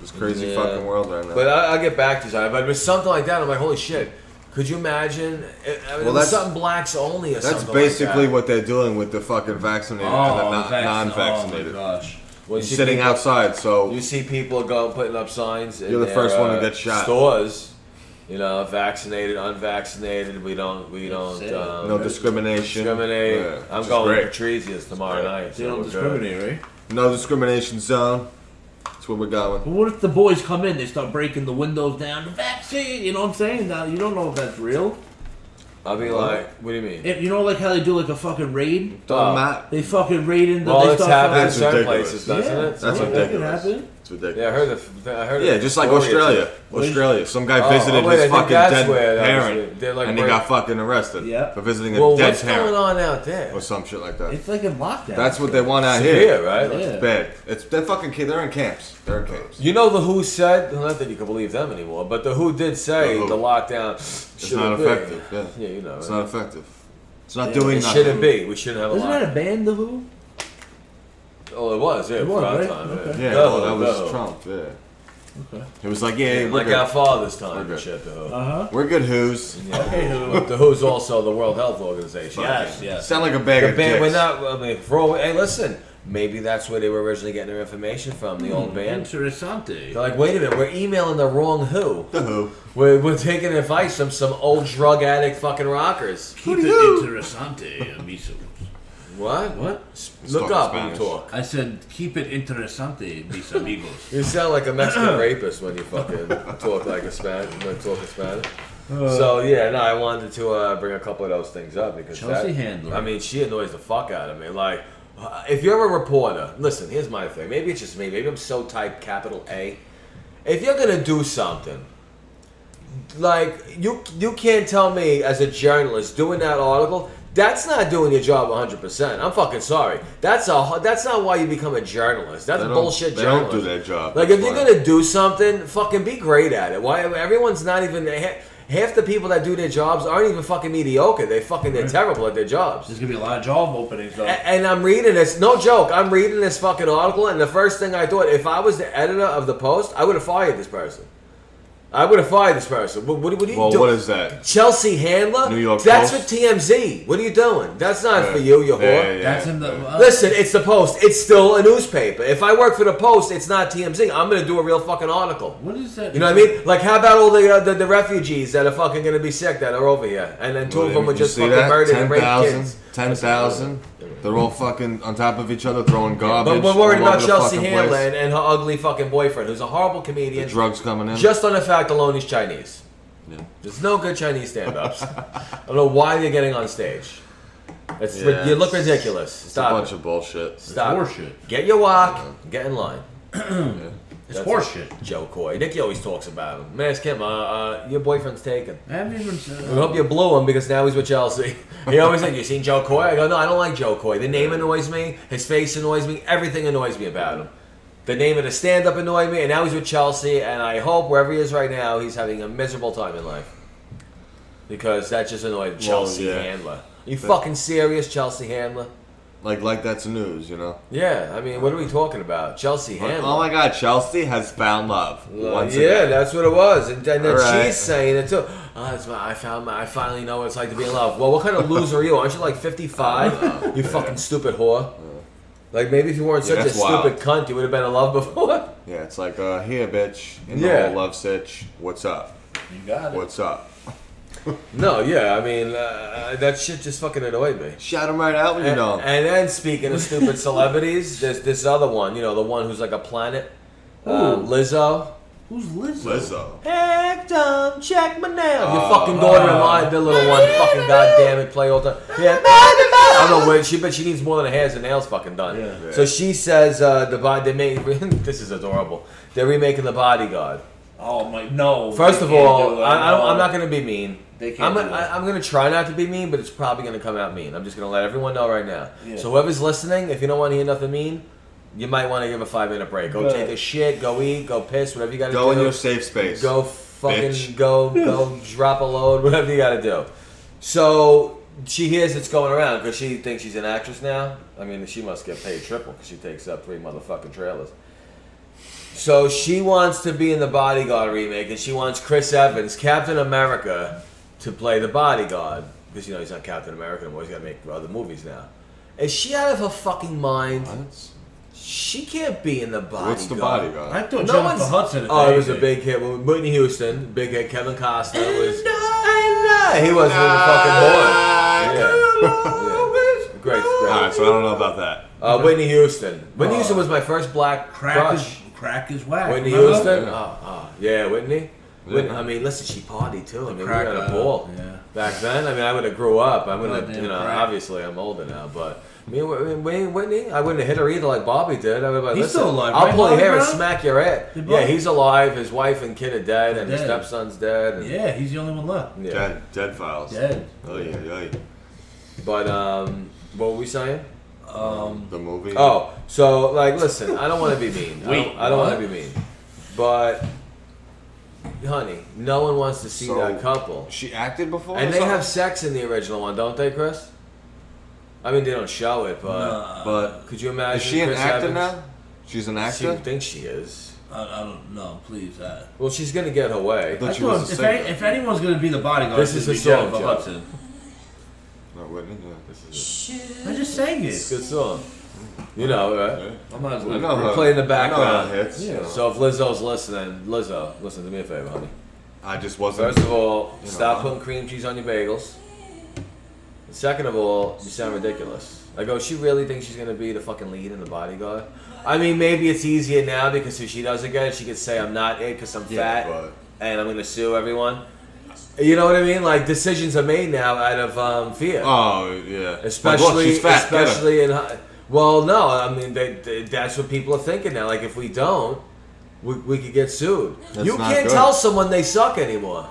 this crazy
Yeah.
fucking world right now.
But I, I'll get back to that. But it was something like that. I'm like, holy shit. Could you imagine? It, I mean, it
Well,
was
that's-
something blacks only or
That's
something
basically
like
what they're doing with the fucking vaccinated and the
Oh,
non-
vaccine-
non-vaccinated.
Oh my gosh.
what
You're sitting outside, so
You see people go putting up signs. in
You're the
their,
first one to
uh,
get shot.
Stores, you know, vaccinated, unvaccinated. We don't, we don't
it.
um,
no discrimination.
discriminate.
Yeah, which
I'm
is
going to
great.
Patricia's tomorrow night. so
They don't
we're good.
discriminate, right?
No discrimination zone. That's where we're going.
But what if the boys come in, they start breaking the windows down, the vaccine, you know what I'm saying? Now, you don't know if that's real.
I'll be like, what do you mean?
If, you know, like how they do like a fucking raid?
Well,
Don't matter.
They fucking raid in the.
well,
they
it's
start
happening in
That's
certain
ridiculous.
places,
fucking-
doesn't
yeah,
it?
That's
yeah,
Something-
That could
ridiculous.
happen.
It's ridiculous.
Yeah, I heard the. I heard
Yeah,
the
just like
story or
Australia.
two.
Australia. Some guy
Oh,
visited
oh, wait, I
his
think
fucking
that's
dead
where that was it.
parent,
They're like
and he
break-
got fucking arrested
Yeah.
for visiting a
Well,
dead
what's going
parent
on out there?
or some shit like that.
It's like in lockdown.
that's what they want out
Severe,
here.
right?
Yeah.
It's bad. It's they're fucking ca- they're in camps. They're in camps.
You know the Who said not that you can believe them anymore, but the Who did say
The
the,
Who.
lockdown
It's
shouldn't
not
be.
effective. Yeah.
Yeah, you know.
It's
right?
not effective. It's not
Yeah.
doing
it
nothing.
shouldn't be. We shouldn't have a
Isn't that
lockdown.
a band, The Who?
Oh, it was. Yeah,
It was,
for our
right?
time,
Okay.
Yeah,
No,
well, that was
no.
Trump. Yeah. He was like, yeah, we're
Like
good.
our father's time.
We're
and
good.
Shit, the Who.
Uh huh.
we're good. Who's
Okay, Who.
the Who's also the World Health Organization.
Yes, yes.
sound like a bag
The
of
band.
dicks.
We're not. I mean, for all, hey, listen. Maybe that's where they were originally getting their information from. The
Mm-hmm.
old band.
Interessante.
They're like, wait a minute, we're emailing the wrong Who.
the who.
We're, we're taking advice from some old drug addict fucking rockers.
Keep it interessante, amigos.
What?
What?
Look
Talking
up and
Spanish.
talk.
I said, keep it interessante, mis amigos.
You sound like a Mexican rapist when you fucking talk like a Spanish. When talking Spanish. so yeah, no, I wanted to uh, bring a couple of those things up because
Chelsea
that-
Handler.
I mean, she annoys the fuck out of me. Like, uh, if you're a reporter, listen. Here's my thing. Maybe it's just me. Maybe I'm so type capital A. If you're gonna do something, like you you can't tell me as a journalist doing that article that's not doing your job 100% i'm fucking sorry that's a hu- that's not why you become a journalist that's
They don't-
bullshit
they don't
journalism.
do their job.
like if
That's
you're
why.
gonna do something fucking be great at it why everyone's not even ha- half the people that do their jobs aren't even fucking mediocre they fucking they're terrible at their jobs
There's gonna be a lot of job openings though.
a- and I'm reading this. No joke. I'm reading this fucking article, and the first thing I thought, if I was the editor of the post, I would have fired this person. I would have fired this person. What, what, what are you
Well,
doing?
what is that?
Chelsea Handler?
New York
That's
Post?
for TMZ. What are you doing? That's not
Yeah.
for you, you whore.
Yeah, yeah, yeah.
That's in the. Uh,
Listen, it's the Post. It's still a newspaper. If I work for the Post, it's not TMZ. I'm going to do a real fucking article.
What is that?
You know what I mean? Like, how about all the uh, the, the refugees that are fucking going to be sick that are over here, and then two
Well,
of them were
you
just
see
fucking
that?
murdered and raped
10,000?
kids.
10,000? They're all fucking on top of each other, throwing garbage.
But we're worried
all
about
over the
Chelsea
fucking place.
Handlin and her ugly fucking boyfriend, who's a horrible
The
comedian.
drugs coming in.
just on the fact alone, he's Chinese.
Yeah.
There's no good Chinese stand-ups. I don't know why they're getting on stage. It's,
Yeah,
you look
it's-
ridiculous.
it's a
Stop
bunch
it.
of bullshit.
Stop. it.
horseshit.
Get your walk. Get in line.
It's
That's-
horseshit.
Joe Coy. Nicky always talks about him. Man, ask him. Uh, uh, your boyfriend's taken.
I haven't even
I hope you blew him because now he's with Chelsea. He always said, "You seen Joe Coy?" I go, "No, I don't like Joe Coy. The name annoys me. His face annoys me. Everything annoys me about him. The name of the stand-up annoyed me, and now he's with Chelsea. And I hope wherever he is right now, he's having a miserable time in life because that just annoyed Chelsea
yeah.
Handler. you fucking serious, Chelsea Handler?
Like, like that's news, you know.
Yeah, I mean, what are we talking about, Chelsea Handler?
Oh my God, Chelsea has found love
Uh,
once
yeah,
again.
that's what it was, and, and then
All right.
she's saying it too. Oh, it's my, I found my, I finally know what it's like to be in love. Well, what kind of loser are you? Aren't you like fifty five? You fucking stupid whore. Like maybe if you weren't
Yeah,
such a
that's wild.
stupid cunt, you would have been in love before.
Yeah, it's like, uh, here, bitch, in
Yeah.
the whole love sitch. What's up?
You got it.
What's up?
no, yeah, I mean uh, that shit just fucking annoyed me.
Shout him right out, you
And,
know.
and then speaking of stupid celebrities, there's this other one. You know, the one who's like a planet, uh,
Ooh.
Lizzo.
Who's Lizzo?
Lizzo.
Heck, Tom, check my nail. Your
Oh.
fucking
Uh,
daughter-in-law, the little one, fucking goddamn it, play all the time. Yeah, I don't know where she, but she needs more than her hairs and nails fucking done.
Yeah.
So she says, uh, the body. They make this is adorable. They're remaking the Bodyguard.
Oh my no.
First
they
of
can't
all,
do it,
I, I
no.
don't, I'm not gonna be mean.
They can't
I'm, gonna,
do it.
I, I'm gonna try not to be mean, but it's probably gonna come out mean. I'm just gonna let everyone know right now.
Yeah.
So whoever's listening, if you don't want to hear nothing mean, you might want to give a five minute break. Go
Right.
take a shit. Go eat. Go piss. Whatever you got to do.
Go in your safe space.
Go fucking
Bitch.
go go drop a load, whatever you gotta do. So she hears it's going around because she thinks she's an actress now. I mean, she must get paid triple because she takes up three motherfucking trailers. So she wants to be in the Bodyguard remake, and she wants Chris Evans, Captain America, to play the Bodyguard because you know he's not Captain America anymore. He's got to make other movies now. Is she out of her fucking mind?
What's,
She can't be in the Bodyguard.
what's the bodyguard?
I thought
No
Jennifer
one's-
Hudson. if
Oh, it was a
anything.
big hit. Well, Whitney Houston, big hit. Kevin Costner was. He was with the fucking boy. Yeah. Yeah. Great,
Alright,
great.
so I don't know about that.
Uh, Whitney Houston. Whitney
Oh.
Houston was my first black
crack is,
crush.
crack is whack.
Whitney
remember?
Houston.
Yeah.
Oh, oh, yeah, Whitney. Whitney.
Yeah.
I mean, listen, she partied too. I mean, we
crack,
had a
uh,
ball
yeah.
back then. I mean, I would have grew up. I would have,
Goddamn
you know,
crack.
obviously I'm older now, but. Me and Whitney, Whitney, I wouldn't have hit her either like Bobby did. I would have like,
He's
listen,
still alive,
I'll
right,
pull your
Bobby
hair and
Brown?
smack your ass.
Did
Yeah,
Bobby-
he's alive. His wife and kid are dead, and his
Dead.
stepson's dead. and-
Yeah, he's the only one left.
yeah.
Dead, dead files.
Dead.
Oh yeah, yeah.
But um, what were we saying?
Um,
The movie.
Oh, so like, listen, I don't want to be mean. I
Wait,
don't, I don't want
what?
to be mean. But honey, no one wants to see
So-
that couple,
She acted before.
and
or
they
something?
have sex in the original one, don't they, Chris? I mean, they don't show it, but
uh,
But
could you imagine?
is she an
Chris
actor
Evans-
now? She's an
She
actor.
thinks she is.
I, I don't know. Please. uh, I,
Well, she's gonna get her way.
But
I
she
thought
was a
if,
singer.
any, if anyone's going to be the bodyguard,
This
it
is
should
a song,
be Jennifer
Joe.
Hudson.
No, Whitney. Yeah.
I just sang
It's
it.
a good song. You know, right?
I'm not as
I
good.
know her-
playing the
I know
background.
her hits.
Yeah.
So
So
if Lizzo's listening, Lizzo, listen to me a favor, honey.
I just wasn't.
First of all,
You know,
stop
I'm-
putting cream cheese on your bagels. And second of all, you sound ridiculous. Like, oh, she really thinks she's gonna be the fucking lead in the bodyguard. I mean, maybe it's easier now because if she doesn't get it, she could say I'm not it because I'm
Yeah,
fat
but-
and I'm gonna sue everyone. You know what I mean? Like decisions are made now out of um, fear,
Oh yeah.
especially
Like, look, she's fat. get her.
especially in. hi- Well, no, I mean they, they- that's what people are thinking now. Like if we don't, we, we could get sued.
That's
you
not
can't
good.
tell someone they suck anymore.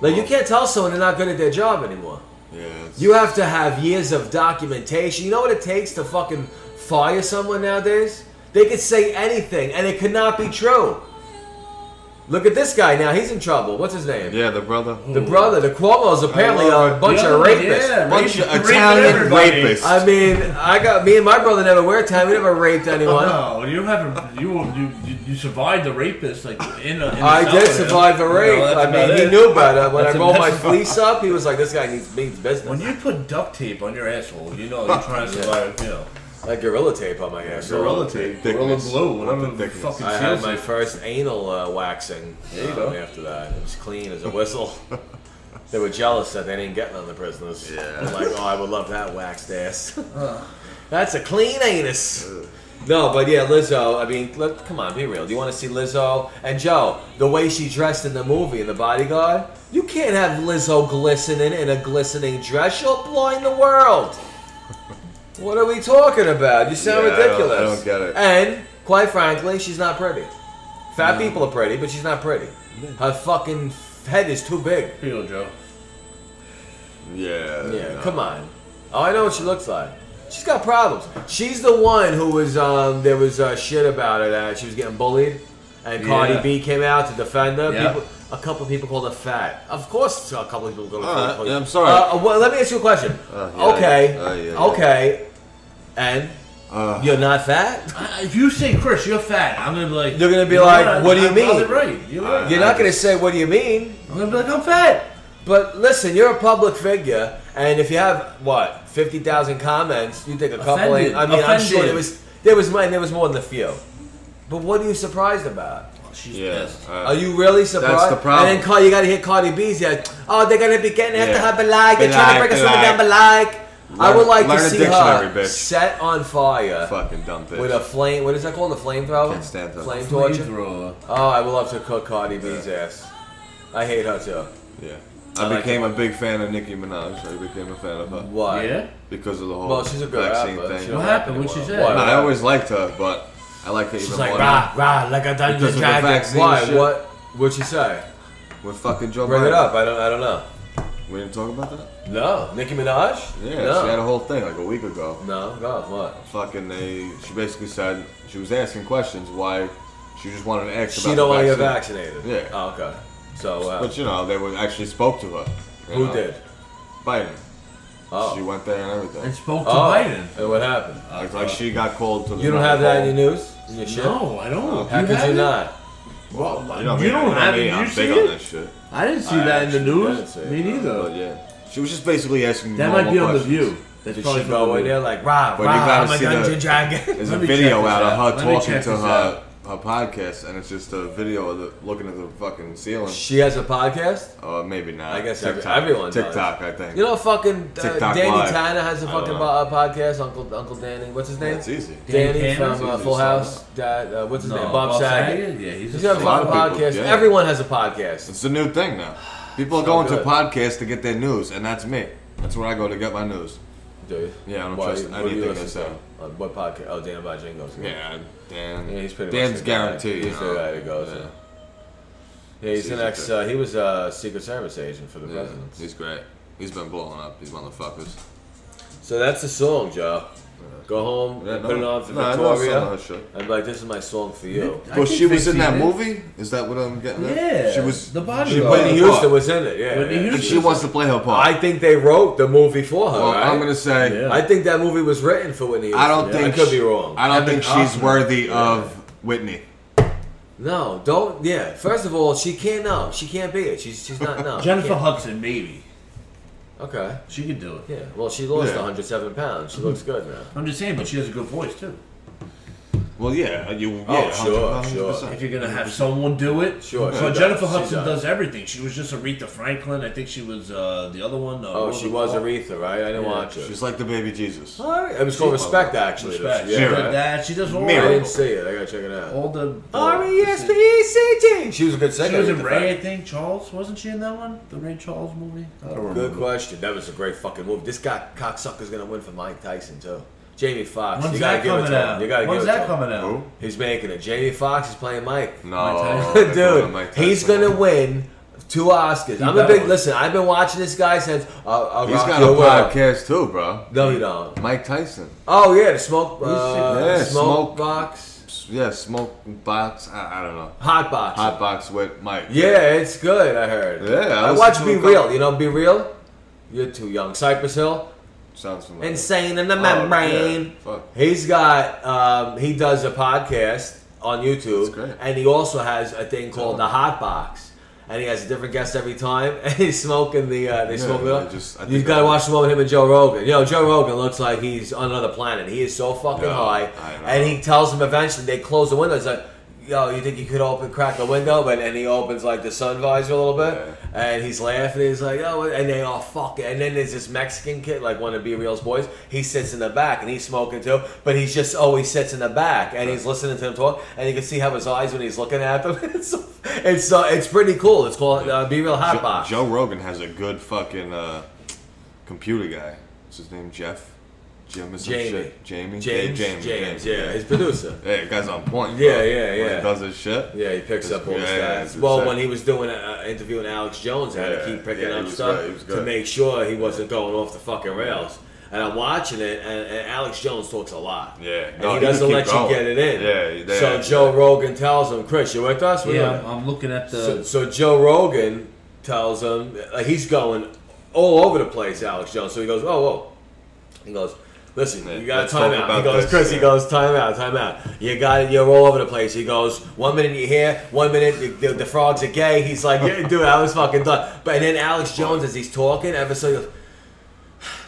Like you can't tell someone they're not good at their job anymore.
Yeah. it's-
You have to have years of documentation. You know what it takes to fucking fire someone nowadays? They could say anything and it could not be true. Look at this guy now. He's in trouble. What's his name?
Yeah, the brother.
The brother, the Cuomo's apparently a
love
bunch
The
of
other one,
rapists.
yeah,
Bunch
rape-
of
rape
Italian
everybody.
rapists.
I mean, I got me and my brother never were time. We never raped anyone.
No, you haven't. You you you- you survived the rapist like in. A, in
I
the
did
cellar.
survive a
You know,
rape.
that's
I mean,
about
he
it.
knew better. When
That's
I rolled my
about it.
fleece up, he was like, "This guy needs means
When
business."
you put duct tape on your asshole, you know you're trying to survive. You know,
Like gorilla tape on my ass.
gorilla tape, gorilla
Thickness.
glue,
What the
whatever the
thickness.
fucking
I had
seals
my
it.
first anal uh, waxing.
There you
um,
go.
After that, it was clean as a whistle. they were jealous that they didn't get none of the prisoners.
Yeah.
They're like, oh, I would love that waxed ass. That's a clean anus. No, but yeah, Lizzo. I mean, let, come on, be real. Do you want to see Lizzo and Joe? The way she dressed in the movie in The Bodyguard, you can't have Lizzo glistening in a glistening dress. She'll blind the world. What are we talking about? You sound
Yeah, I don't-
ridiculous.
I don't get it.
And quite frankly, she's not pretty. Fat people are pretty, but she's not pretty. Her fucking head is too big.
Here you go, Joe.
Yeah.
Yeah,
no.
come on. Oh, I know what she looks like. She's got problems. She's the one who was um there was uh, shit about it and she was getting bullied, and Cardi
Yeah.
B came out to defend her.
Yeah.
People, a couple of people called her fat. Of course, a couple of people called her
All
fat.
right,
Called-
yeah, I'm sorry.
Uh, uh, well, let me ask you a question.
Uh, yeah,
okay,
yeah, uh, yeah, yeah.
okay, and
Uh,
you're not fat.
I, if you say Chris, you're fat, I'm gonna be like.
You're gonna be
"You know
like, what do
I-
you
I
mean?" Uh,
wasn't Right. You're right.
You're not gonna say what do you mean.
I'm gonna be like, I'm fat.
But listen, you're a public figure, and if you have what fifty thousand comments, you think a couple. ain't-
Offended.
I mean, I'm sure
Offended.
there was there was mine. There was more than a few. But what are you surprised about?
She's
Yeah.
pissed.
Are
Uh,
you really surprised?
the
And
problem.
then Cardi, you got to hear Cardi B's like, oh, they're gonna be getting after
Yeah.
her, but like they're trying to
Belike,
break us all down, but like. I
Learn-
would like to
learn a
see
dictionary,
her
bitch.
set on fire
fucking dumb bitch.
with a flame. What is that called? A flamethrower.
Can't stand her.
Flame torture.
Flamethrower.
Oh, I would love to cook Cardi B's ass. I hate her too.
yeah.
I
I
like
became a big fan of Nicki Minaj. I became a fan of her
Why?
Yeah.
because of the whole
Well, she's a good
vaccine
rapper.
thing.
She
No,
don't
What
rap
happened?
that
What
well.
she said?
Why?
I always liked her, but I like her even
She's like,
more
rah, rah, like I done
Because
the
of the
dragon.
vaccine
Why?
shit.
What? What'd she say?
with fucking Joe
Bring
Biden.
it up. I don't. I don't know.
We didn't talk about that.
No, Nicki Minaj.
Yeah,
No.
she had a whole thing like a week ago.
no. God, what?
Fucking, they. She basically said she was asking questions. Why? She just wanted to ask about.
She don't want to
the
get
vaccine.
vaccinated.
Yeah.
Oh, okay. So uh,
But you know, they were actually spoke to her. you
who
know?
did?
Biden.
Oh.
She went there and everything.
And spoke to
oh.
Biden.
And what happened?
Like, like she got called to the.
You don't have that in your news? In your shit?
No, I don't.
Oh, How could
have
you
it?
not?
Well,
You don't have it.
I'm
You
big
see
on
it?
that shit.
I didn't see
I
that in the
actually didn't
news.
see it,
Me
no.
neither.
But Oh, yeah, she was just basically asking.
That might
normal
be on the
questions.
View. That's
Did
probably
she go
from
in
The
there like rah
But you
rah?
gotta
I'm a
see the-
dungeon dragon.
There's
Let
a
me check
video
this
out of
out.
her
Let me
talking
check
to
this
her her podcast, and it's just a video of the, looking at the fucking ceiling.
she has a podcast.
Or maybe not.
I guess every- everyone does.
TikTok, I think.
You know, fucking uh,
TikTok
Danny
Live.
Tanner has a
I don't
fucking
know.
uh, podcast. Uncle Uncle Danny, what's his name?
That's easy.
Danny
Dan Tanner?
from uh,
He's
Full
just
House. Dad, uh, what's his name? Bob, Saget.
Yeah, he's,
He's
a
got a
A lot
fucking
of people,
podcast.
yeah.
Everyone has a podcast.
It's the new thing now. People are
So
going
good.
to podcasts to get their news, and that's me. That's where I go to get my news.
Dude.
Yeah, I don't
Why- what
trust
do you
anything they
listen
say.
to? On what podcast? Oh, Dan Bajingos.
Yeah, Dan.
Yeah, he's pretty much
Dan's
the guy.
guaranteed.
He's
you know?
the guy who goes.
Yeah.
Yeah, he's an
He's
ex.
a-
Uh, he was a Secret Service agent for the
Yeah,
presidents.
he's great. He's been blowing up. These motherfuckers.
So that's the song, Joe. Go home,
Yeah,
and put it on for
no, I know some of
Victoria.
her shit.
I'm like, this is my song for you.
I
Well,
think
she was
they
in that
seen it.
movie. Is that what I'm getting? at?
Yeah,
she was
the
She
bodyguard.
played
Whitney
the
Houston
part.
was in it. Yeah,
Whitney
yeah.
Houston.
If she wants to play her part,
I think they wrote the movie for her.
well,
right?
I'm gonna say
Yeah.
I think that movie was written for Whitney. Houston.
I don't think
I could
she-
be wrong.
I don't think
Kevin
she's
Costner.
worthy of Whitney.
No, don't. Yeah. First of all, she can't. No, she can't be it. She's she's not. No. she
Jennifer
can't.
Hudson, maybe.
Okay.
She could do it.
Yeah. Well, she lost
Yeah.
107 pounds. She looks good now.
I'm just saying, but she has a good voice too.
Well, yeah, you. Yeah,
Oh, sure,
100%.
sure.
If you're gonna have someone do it,
Sure,
So
she does. She
Jennifer Hudson
does.
does everything. She was just Aretha Franklin. I think she was uh, the other one. Uh,
Oh,
what
she
it
was
called?
Aretha, right? I didn't watch it.
She's like the baby Jesus.
All right. It was called
She-
Respect, actually.
Respect.
Yeah.
She
Mira.
did that. She does all
I
Mira.
that.
didn't see it. I gotta check it out.
All the
R E S P E C T. She was a good singer.
She was in
Aretha
Ray, I
Franklin.
think. Charles wasn't she in that one? The Ray Charles movie. I don't remember.
Good question. That was a great fucking move. This guy cocksucker's gonna win for Mike Tyson too. Jamie Foxx.
When's
you gotta
that
give it
coming
to him.
out?
You gotta
When's
give it
that
to him.
coming out?
Who?
He's making it. Jamie Foxx is playing Mike.
No, they're doing
Dude,
Mike
he's
Tyson.
gonna win two Oscars. I'm a
better
big
win.
listen. I've been watching this guy since. Uh, uh,
He's
Rock
got a
Your World.
podcast too, bro.
No, you don't.
Mike Tyson.
Oh yeah, the smoke, uh,
Yeah,
smoke,
smoke.
box,
Yeah, smoke box. I, I don't know.
hot box.
Hot box with Mike.
Yeah, it's good. I heard.
Yeah, I
I,
listened
watch
to
Be
a couple-
Real. You know, Be Real. You're too young. Cypress Hill.
sounds familiar.
Insane in the
Oh,
membrane.
yeah, fuck.
He's got um, he does a podcast on YouTube,
That's great.
and he also has a thing called the Hot Box, and he has a different guest every time. And he's smoking the uh, they smoke
they
it.
just- I
you
think
got to
I-
watch the one with him and Joe Rogan. Yo, Joe Rogan looks like he's on another planet. He is so fucking
Yeah,
high,
I know.
and he tells him eventually they close the window. It's like. yo, you think you could open crack the window? And, and he opens like the sun visor a little bit, and he's laughing. He's like, oh, and they all fuck it. And then there's this Mexican kid, like one of B Real's boys. He sits in the back and he's smoking too, but he's just always sits in the back and he's listening to him talk, and you can see how his eyes when he's looking at them. it's it's uh, it's pretty cool. It's called uh, B Real Hot
Joe,
Box.
Joe Rogan has a good fucking uh, computer guy. What's his name? Jeff? Jim or some
Jamie.
shit? Jamie?
James,
Yeah,
James, yeah, his producer.
Hey, the guy's on point.
Yeah,
bro.
yeah,
When
yeah.
he does his shit.
Yeah, he picks up all the
Yeah, yeah,
stats.
yeah,
well,
exactly.
when he was doing uh, interviewing Alex Jones, I had to
Yeah,
keep picking
yeah, he
up
was
stuff
good, he was
to
good.
make sure he wasn't going off the fucking rails. And I'm watching it, and, and Alex Jones talks a lot.
Yeah.
and
No,
he
he
doesn't
keep
let
going.
you get it in.
Yeah, yeah,
so
yeah.
Joe Rogan tells him, "Chris, you with us? We're
Yeah,
like-
I'm looking at
so,
the.
so Joe Rogan tells him like he's going all over the place, Alex Jones. So he goes, "Oh, whoa." He goes, "Listen,
Yeah,
you got
let's
a timeout."
talk about
He goes,
this,
"Chris," he
yeah.
goes, "Timeout, timeout. You got it. You're all over the place." He goes, "One minute you're here, one minute the, the, the frogs are gay." He's like, yeah, "Dude, I was fucking done." But and then Alex Jones, as he's talking, ever so he goes.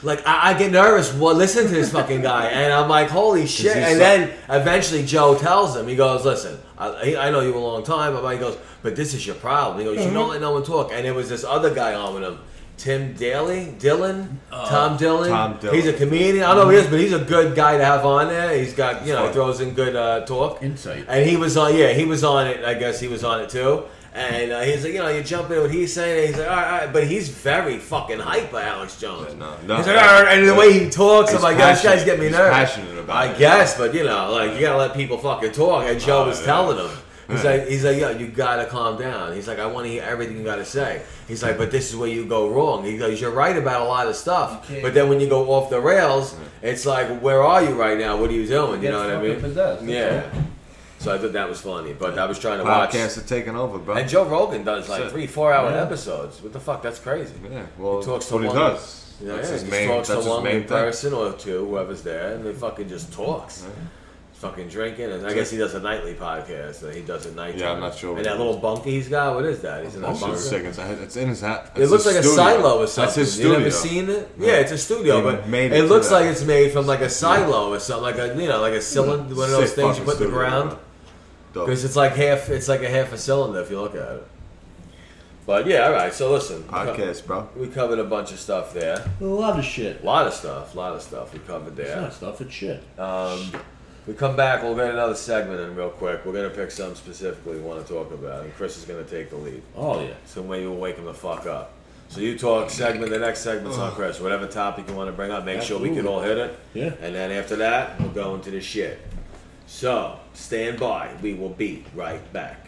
Like I, I get nervous. Well, listen to this fucking guy, and I'm like, holy shit.
he's
And
so-
then eventually Joe tells him, he goes, listen, I, he- I know you a long time. but He goes, but this is your problem. He goes, you don't let no one talk. And there was this other guy on with him, Tim Daly, Dylan, Uh, Tom Dylan.
Tom Dillon.
He's a comedian. I don't know who he is, but he's a good guy to have on there. He's got you know he
Fun.
throws in good uh, talk
Insight.
and he was on, yeah, he was on it. I guess he was on it too. And uh, he's like, you know, you jump into what he's saying. And he's like, all right, all right. but he's very fucking hyper, Alex Jones.
Yeah, no, no.
he's like, all right, and the way he talks, I'm
Uh, He's
like, this guy's
passionate.
getting me
He's
nervous.
passionate about
I
it.
guess, but you know, like you gotta let people fucking talk. And Joe
Oh,
was
yeah.
telling him, he's
Yeah.
like, he's like, yo, you gotta calm down. He's like, I want to hear everything you gotta say. He's like, but this is where you go wrong. He goes, you're right about a lot of stuff,
You can't-
but then when you go off the rails, it's like, where are you right now? What are you doing? You
Get
know what I
fucking
mean?
possessed, that's
Yeah. So I thought that was funny, but I was trying to watch.
Podcasts are taking over, bro.
And Joe Rogan does like
Shit.
three, four hour
Yeah.
episodes. What the fuck? That's crazy.
yeah, well,
He talks
that's
to
what he
one-
does.
Yeah,
that's
yeah,
his
he
main,
just
that's
talks
his
to one
main thing.
person or two, whoever's there, and they fucking just talks. Fucking drinking, and I guess he does a nightly podcast. And he does it nighttime.
Yeah, I'm not sure.
And that little bunkie he's got, what is that? He's in a
That's just
bunker.
sick. It's, it's in his hat.
It
It's
looks
his
like a
studio.
silo or something.
That's his
You
studio.
never seen it? Yeah,
Yeah.
it's a studio,
They
but
made
it,
it to
looks
that.
like it's made from like a silo or something, like a you know, like a cylinder, one of those
Sick
things you put
fucking
in the
studio,
ground.
bro. Dope.
Because it's like half, it's like a half a cylinder if you look at it. But yeah, all right. So listen, we co-
podcast, bro.
We covered a bunch of stuff there.
A lot of shit.
A lot of stuff. A lot of stuff we covered
It's
there.
not stuff, it's shit.
Um, we come back. We'll get another segment in real quick. We're gonna pick some specifically we want to talk about, and Chris is gonna take the lead.
Oh, yeah.
So maybe we'll wake him the fuck up. So you talk segment. The next segment's on Chris. Whatever topic you want to bring up, make sure we can
Absolutely.
all hit it.
Yeah.
And then after that, we'll go into the shit. So stand by. We will be right back.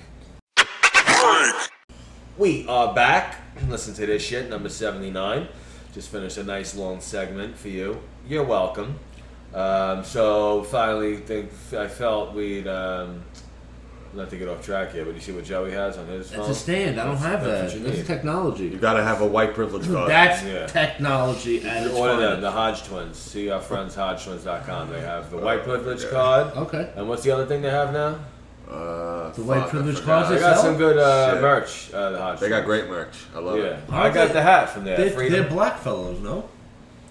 We are back. Listen to this shit, number 79. Just finished a nice long segment for you. You're welcome. Um, so finally, think I felt we'd um, not to get off track here, but you see what Joey has on his phone.
That's a stand. I don't
that's
have that.
what you need.
That's
You
technology.
gotta have a white privilege card.
That's
Yeah.
technology at its
Order them,
finest.
the Hodge Twins. See our friends, HodgeTwins.com. They have the white privilege
Oh, Yeah.
card.
Okay.
And what's the other thing they have now?
uh,
The white
fuck, I
privilege
forgot.
They
closet?
got some good uh,
Shit.
merch. Uh, the Hodge.
They got
Twins.
great merch. I love
Yeah,
it.
I
Aren't
got
they-
the hat from there.
They're,
Freedom.
they're black fellows, no?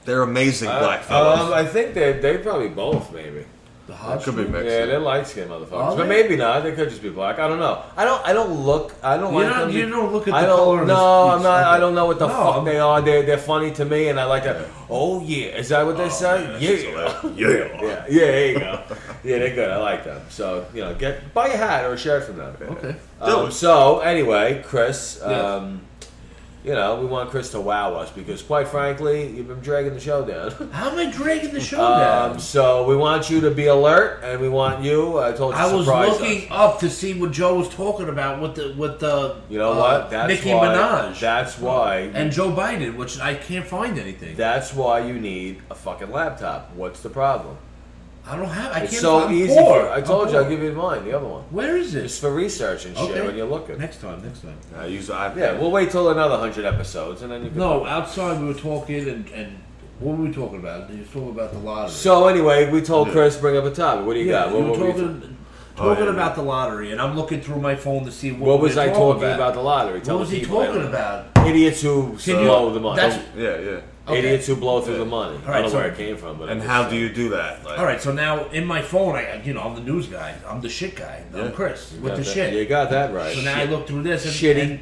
They're amazing
Uh,
black fellas.
Um, I think they they probably both maybe.
The
That
Hodge.
could be mixed.
Yeah, they're light skinned motherfuckers,
Are
but
they?
maybe not. They could just be black. I don't know. I don't. I don't look. I don't
You
like
don't-
them.
you don't look at
I
the
don't.
color of the
no, I'm
speech,
not. I
okay.
don't know what the
No,
fuck
I'm-
they are. They're they're funny to me, and I like that. Oh yeah, is that what they say?
That's just
yeah.
hilarious. yeah.
Yeah, yeah, there you go. yeah, they're good. I like them. So you know, get buy a hat or a shirt from them.
Okay.
Um,
it.
so anyway, Chris,
Yes.
um, you know, we want Chris to wow us because, quite frankly, you've been dragging the show down.
How am I dragging the show
um,
down?
so we want you to be alert, and we want you. I told you,
I
to
was
surprise
looking
us.
up to see what Joe was talking about with the with the
You know
uh,
what? That's
Nicki
why,
Minaj
That's why.
and Joe Biden, which I can't find anything.
that's why you need a fucking laptop. What's the problem?
I don't have. I can't.
It's so
I'm
easy.
poor.
For, I
I'm
told you,
poor.
I'll give you mine. The other one.
Where is
It's
this?
for research and shit
Okay.
when you're looking.
Next time. Next time.
I use the iPad.
Yeah, we'll wait till another hundred episodes, and then you can.
No, outside we were talking and and what were we talking about? You were talking about the lottery.
So anyway, we told Chris bring up a topic. What do you
yeah,
got?
we
What,
were
what were you
talking. talking
yeah.
about the lottery, and I'm looking through my phone to see what,
What
we
was
were
I talking about? the lottery?
What
Tell
was
the
he
people that
talking
were-
about?
Idiots who
Can you-
blow the oh. money.
that's-
Yeah, yeah.
Okay.
Idiots who blow through the money. I
right,
don't
so-
know where it came from, but I
And
just-
how do you do that? Like,
All right, so now in my phone, I you know I'm the news guy, I'm the shit guy, I'm Chris
got
with the
that-
shit.
You got that right.
So now I look through this and,
Shitty.
and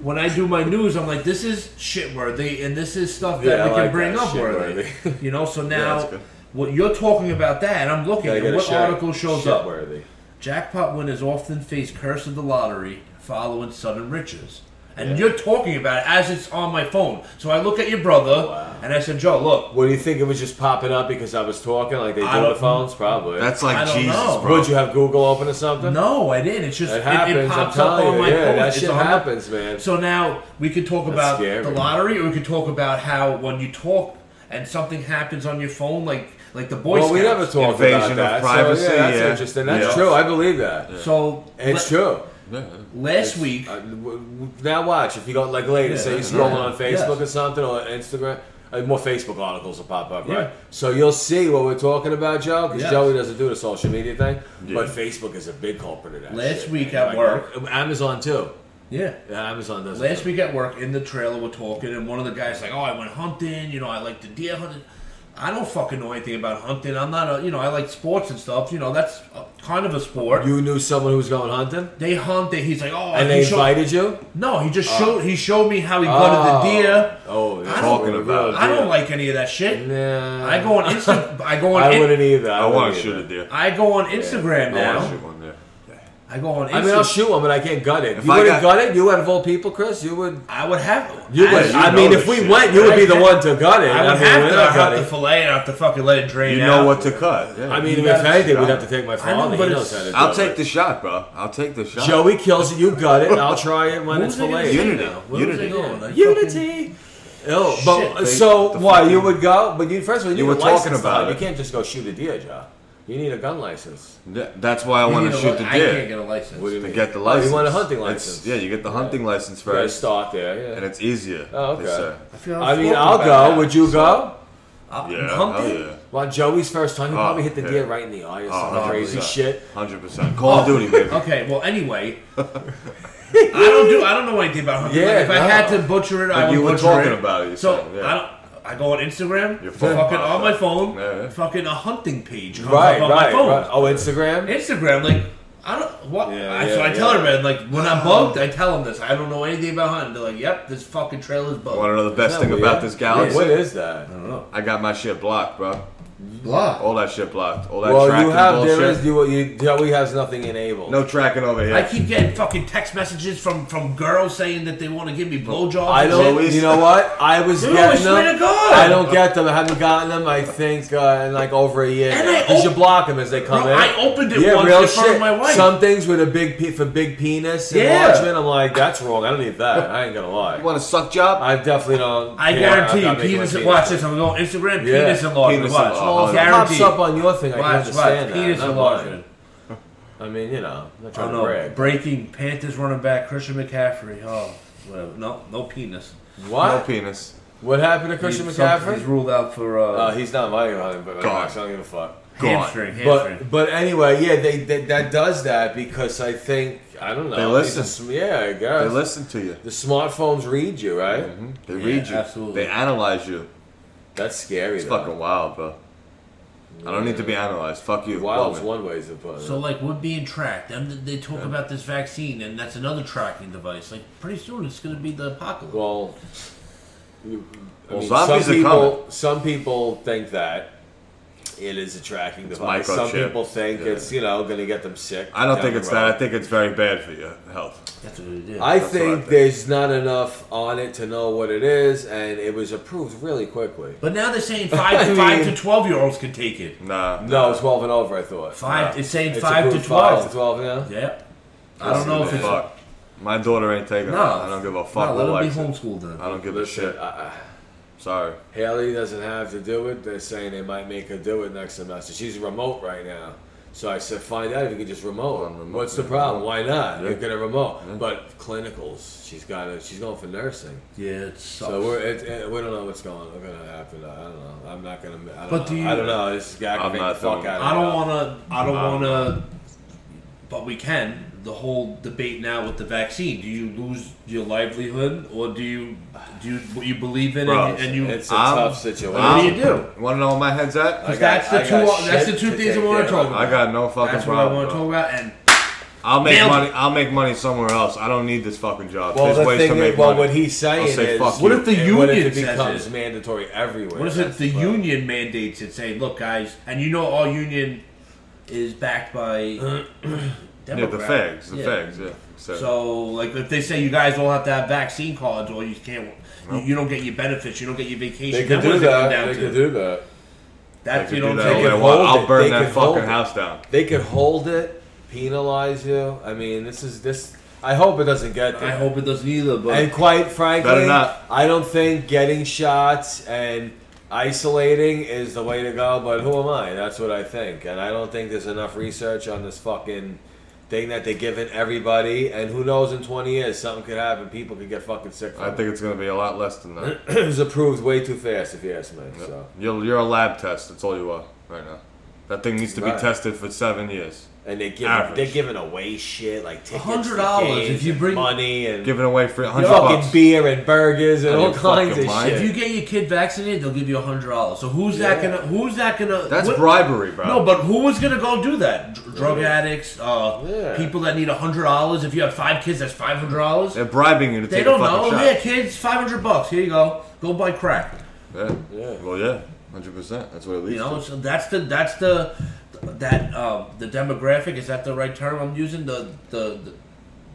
when I do my news, I'm like, this is shit worthy, and this is stuff
Yeah,
that
I
we can
like
bring
that,
up worthy.
shit-worthy.
You know, so
that's
now
good.
what you're talking about that, and I'm looking
Gotta
at
get a
what
shit-
article shows up.
shit-worthy.
Jackpot winners often face curse of the lottery following sudden riches. And you're talking about it as it's on my phone. So I look at your brother and I said, Joe, look,
What do you think it was just popping up because I was talking like they do
I
on the
don't-
phones? Probably.
That's
I
like
don't
Jesus,
know.
bro.
Would you have Google open or something?
no, I didn't. It's just,
It
it,
happens.
it
I'm
pops up on
telling you.
my
Yeah,
phone.
that
It's
shit
on my-
happens, man.
So now we could talk about
scary.
the lottery or we could talk about how when you talk and something happens on your phone, like like the Boy
well, we
Scouts.
never talked
Invasion
about
of
that. so,
privacy,
yeah, that's
yeah.
interesting. That's
Yeah.
true. I believe that.
So
It's
la-
true.
Last week,
Uh, w- w- now watch if you go like later,
Yeah,
say you're
that's
scrolling
right.
on Facebook
Yes.
or something or Instagram. uh, More Facebook articles will pop up, right?
Yeah.
So you'll see what we're talking about, Joe, because
Yes.
Joey doesn't do the social media thing.
Yeah.
But Facebook is a big culprit of that.
Last
shit,
week
man. uh,
at work-
Amazon too.
yeah.
Yeah, Amazon does. it
Last
too.
week at work, in the trailer, we're talking, and one of the guys like, "Oh, I went hunting. You know, I like to deer hunting. I don't fucking know anything about hunting. I'm not a, you know, I like sports and stuff. You know, that's a, kind of a sport.
you knew someone who was going hunting,
they hunt. They, he's like, oh,
and
he
they
showed-
invited you.
No, he just showed. He showed me how he gutted
Oh.
the deer.
Oh,
I
don't-
talking about.
I don't like any of that shit.
Nah,
I go on Insta. I go on.
I
in-
wouldn't either. I,
I want
wouldn't
to shoot a
either.
deer.
I go on
I
Instagram
want
now.
to shoot one there.
I go on. Instagram.
I mean, I'll shoot one, but I can't gut it. you
I
would have
got-
gut it. You out of all people, Chris. You would.
I would have.
You
I-
would.
you
I
know
mean,
this
if we
shit.
went, you would be the
I-
one to gut it.
I would
mean,
have
we're
to.
not
I have to
gutting.
fillet it. I have to fucking let it drain
You
out.
know what to cut. yeah.
I mean,
You
if
gotta-
anything, we'd have to take my
I know,
father.
but
He
it's-
knows how to do
I'll take
it.
the shot, bro. I'll take the shot.
Joey kills it. You gut it. I'll try it when it's
Who's it gonna
delayed.
do
Unity.
now? Where was I
Unity.
going? I fucking-
Unity. Oh,
Shit,
but
they-
so
the
why
fucking-
you would go? But you first of all, you,
You
need
were
a
talking
license to
about
hunt.
it.
You can't just go shoot a deer, Joe. You need a gun license.
Th- That's why I want
You
to
know
shoot
what?
the
I can't
deer.
get a license.
What do you
To
mean?
get the
Oh,
license.
you want a hunting
It's-
license?
yeah, you get the hunting license
You gotta
first,
start there.
and
Yeah.
it's easier.
Oh, okay.
They say.
feel
I mean,
floating
I'll
back
go.
out.
Would you go?
I'll-
Yeah, hell
hunting?
yeah.
Well, Joey's first time, he
Oh,
probably hit the
yeah. Oh,
deer right in the eye or some crazy
100%.
shit.
100%. Call of
Oh,
Duty, baby.
Okay. Well, anyway, I don't do. I don't know anything about hunting.
Yeah,
Like, if I
no.
had to butcher it, I
But
would
you were
butcher
talking
it.
about it. You
so
said, yeah.
I don't. I go on Instagram.
Your phone
fucking
pops
on my
up.
phone.
Yeah, yeah.
Fucking a hunting page comes
Right,
up on
right,
my phone.
right. Oh, Instagram?
Instagram, like. I don't. What?
Yeah,
I, so
yeah,
I tell
yeah. Um,
everybody, like, when I'm bugged, I tell them this. I don't know anything about hunting. They're like, "Yep, this fucking trail is bugged."
Want to know the best thing about this galaxy?
What is that?
I got my shit blocked, bro.
Blah.
All that shit blocked. All that
Well,
tracking
you have
bullshit.
there is you, you Joey has nothing enabled.
no tracking over here.
I keep getting fucking text messages from from girls saying that they want to give me blowjobs.
I
and
don't.
shit.
Joey's-
You know what? I was
Dude, I
getting
swear
them.
to God.
I don't get them. I haven't gotten them. I think uh, in like over a year.
And I
Because you
op-
block them as they come
Bro,
in.
I opened it once in front of my wife.
Some things with a big pe- for big penis and
Yeah.
enlargement. I'm like, that's wrong. I don't need that. I ain't gonna
you
lie.
want a suck job?
I definitely don't.
I
yeah,
guarantee
I'm not making
you,
my
penis. Watch this. I'm going on Instagram.
Yeah.
Penis enlargement.
Penis
Watch.
enlargement.
Pops
Guaranteed.
up on your thing. I can
Watch. Watch.
understand
Penis
that. not
enlargement.
mine. I mean, you know, I'm not
Oh
trying to
no!
brag.
Breaking Panthers running back Christian McCaffrey. Oh, whatever. No, no penis.
What?
No penis.
What happened to Christian
He's- He's
McCaffrey?
ruled out for uh,
Uh, he's not my running back.
Gone.
so I don't give a fuck.
hamstring. Hamstring.
But but anyway, yeah, they, they that does that because I think I don't know.
They listen.
It's just- yeah, I
They
guess
listen Mm-hmm. to you.
the smartphones read you, right?
They read you.
absolutely.
They analyze you.
That's scary.
It's
though.
fucking wild, bro. I don't need to be analyzed. Fuck you.
Wild is
Blow me.
one way to put it.
so like we're being tracked, and they talk about this vaccine, and that's another tracking device. Like pretty soon, it's going to be the apocalypse.
well, you- I
Well,
mean,
zombies
some
are
people
coming.
some people think that it is a tracking device. Some
microchip.
people think
Yeah.
it's you know going to get them sick.
I don't
down
think
the
it's that.
road.
I think it's very bad for your health.
that's what it is.
I
That's what I
think
think.
there's not enough on it to know what it is, and it was approved really quickly.
but now they're saying five to
I
five
mean-
to twelve year olds can take it.
Nah.
No, 12 and over, I thought.
Five. It's saying
It's
five to
approved five
twelve.
to 12 now?
Yeah. I don't know if it's
Fuck. My daughter ain't taking
no.
it. I don't give a fuck.
No,
who
let
likes
them be
it.
homeschooled then.
I don't give a
Listen,
shit.
I,
Sorry.
I, Haley doesn't have to do it. They're saying they might make her do it next semester. She's remote right now. So I said, find out if you can just remote.
On remote,
What's the
yeah,
problem? Why not? You're gonna remote, but clinicals. She's got to. She's going for nursing.
Yeah, it sucks.
So we're it, it, we don't know what's going what's gonna happen. I don't know. I'm not gonna. I don't
But
know.
do you-
I don't know. This is gonna
I'm
make the
not
fuck
doing
out
it.
of
I
me.
don't want to. I don't want to but we can. The whole debate now with the vaccine: do you lose your livelihood, or do you do you, what you believe in
Bro,
and, and you?
It's a
I'm-
tough situation.
what do you do?
Want to know what my head's at?
I got-
that's the
I
two.
got
That's the
shit
two
to
things I
take
want
care
to
of.
talk about.
I got no fucking
That's what I
problem.
want to
bro.
talk about. And
I'll make
Nailed
money.
it.
I'll make money somewhere else. I don't need this fucking job.
Well,
There's
the
ways
thing
to
is,
make
well,
money.
what he's saying
I'll say
is,
fuck
What
you.
if the
and what if
union
it
says
becomes
it?
mandatory everywhere?
What is
That's
it? The
problem.
union mandates that say, "Look, guys," and you know all union is backed by
Yeah, the fags. The
Yeah.
fags. Yeah. So,
So, like, if they say you guys all have to have vaccine cards, or you can't, you, you don't get your benefits, you don't get your vacation.
They
then
could do
what does it come
that.
down
They
to?
could do that.
they
That
can
you
do
don't
that
take it.
all they
They
take.
can
want.
hold
I'll
it.
burn
They
that
can hold
fucking
it.
house down.
They could hold it, penalize you. I mean, this is this. I hope it doesn't get there.
I hope it doesn't either, but
And quite frankly,
Better not.
I don't think getting shots and isolating is the way to go. But who am I? That's what I think. And I don't think there's enough research on this fucking thing that they're giving everybody. And who knows? In 20 years, something could happen. People could get fucking sick. From
I think it's gonna be a lot less than that.
it. it was approved way too fast, if you ask me. So.
You're, you're a lab test. That's all you are right now. That thing needs to
Right.
be tested for seven years.
And they give
Average.
they're giving away shit like tickets,
$100
to games
if you
and
bring-
money and
Giving away free hundred
fucking
bucks.
beer and burgers and
Out of
all
your
kinds
fucking
of
mind.
shit.
if you get your kid vaccinated, they'll give you a hundred dollars. So who's that
Yeah.
gonna? Who's that gonna?
That's
what-
bribery, bro.
No, but who is gonna go do that? Dr- Drug addicts, uh,
Yeah.
people that need a hundred dollars. If you have five kids, that's five hundred dollars.
they're bribing you to
They
take
don't
a fucking
know. Oh,
shot.
Yeah, kids, five hundred bucks. Here you go. Go buy crack.
Yeah.
Yeah.
Well, yeah, hundred percent. That's what it leads
You know,
to.
so that's the that's the that uh, the demographic is that the right term I'm using the the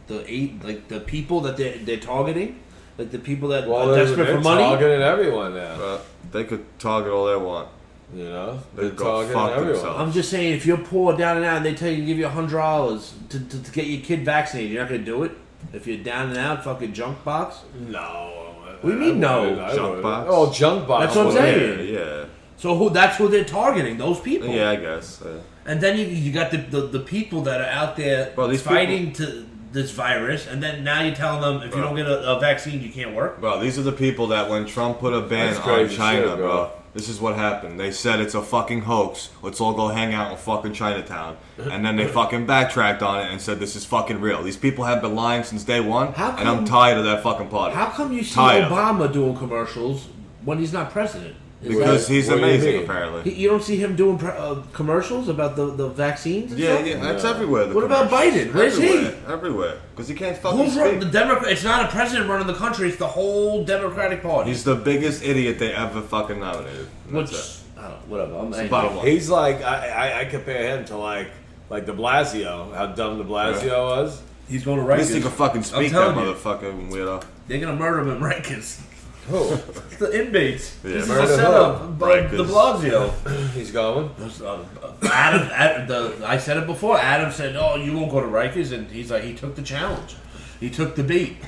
the, the eight like the people that they they're targeting like the people that
well,
are
they're,
desperate
they're
for money.
targeting everyone now.
Uh, they could target all they want.
You know,
They
they're
go
targeting
fuck
everyone.
themselves.
I'm just saying, if you're poor down and out, and they tell you to give you hundred dollars to, to, to get your kid vaccinated, you're not gonna do it. If you're down and out, fucking junk box.
No.
What do you mean no?
wouldn't, I
Junk
wouldn't.
box.
Oh, junk box.
That's what I'm
wouldn't.
saying.
Yeah, yeah,
So who? That's who they're targeting. Those people.
yeah. I guess. Uh,
And then you, you got the, the, the people that are out there
Bro, these
fighting to this virus, and then now you're telling them if you
Bro.
don't get a, a vaccine, you can't work.
bro, these are the people that when Trump put a ban
That's
on
crazy
China,
shit,
bro.
bro.
This is what happened. They said it's a fucking hoax. Let's all go hang out in fucking Chinatown. And then they fucking backtracked on it and said this is fucking real. These people have been lying since day one,
How
and I'm
come-
tired of that fucking party.
How come you see
Tired.
Obama doing commercials when he's not president? It's
Because
Right.
he's
What do you
amazing,
mean?
apparently.
like- he- you don't see him doing pre- uh, commercials about the, the vaccines. And
yeah,
stuff?
yeah, that's everywhere. the
What about
commercials.
Biden? Where's he?
everywhere, Everywhere, because he can't fucking
Who's run,
speak.
the Democrat? It's not a president running the country. It's the whole Democratic Party.
He's the biggest idiot they ever fucking nominated. And
Which
That's
I don't know, whatever. I'm
it.
angry.
Bottom line.
He's like I, I, I compare him to like like De Blasio. How dumb De Blasio was.
He's going to
At least he
Rikers.
can fucking speak that
telling you.
motherfucking weirdo.
They're going to murder him in Rikers.
Who?
It's the inmates.
Yeah,
this is
murder
a setup. by
Rikers.
De Blasio.
he's going.
Uh, Adam, Ad the, I said it before. Adam said, "Oh, you won't go to Rikers," and he's like, he took the challenge, he took the beat.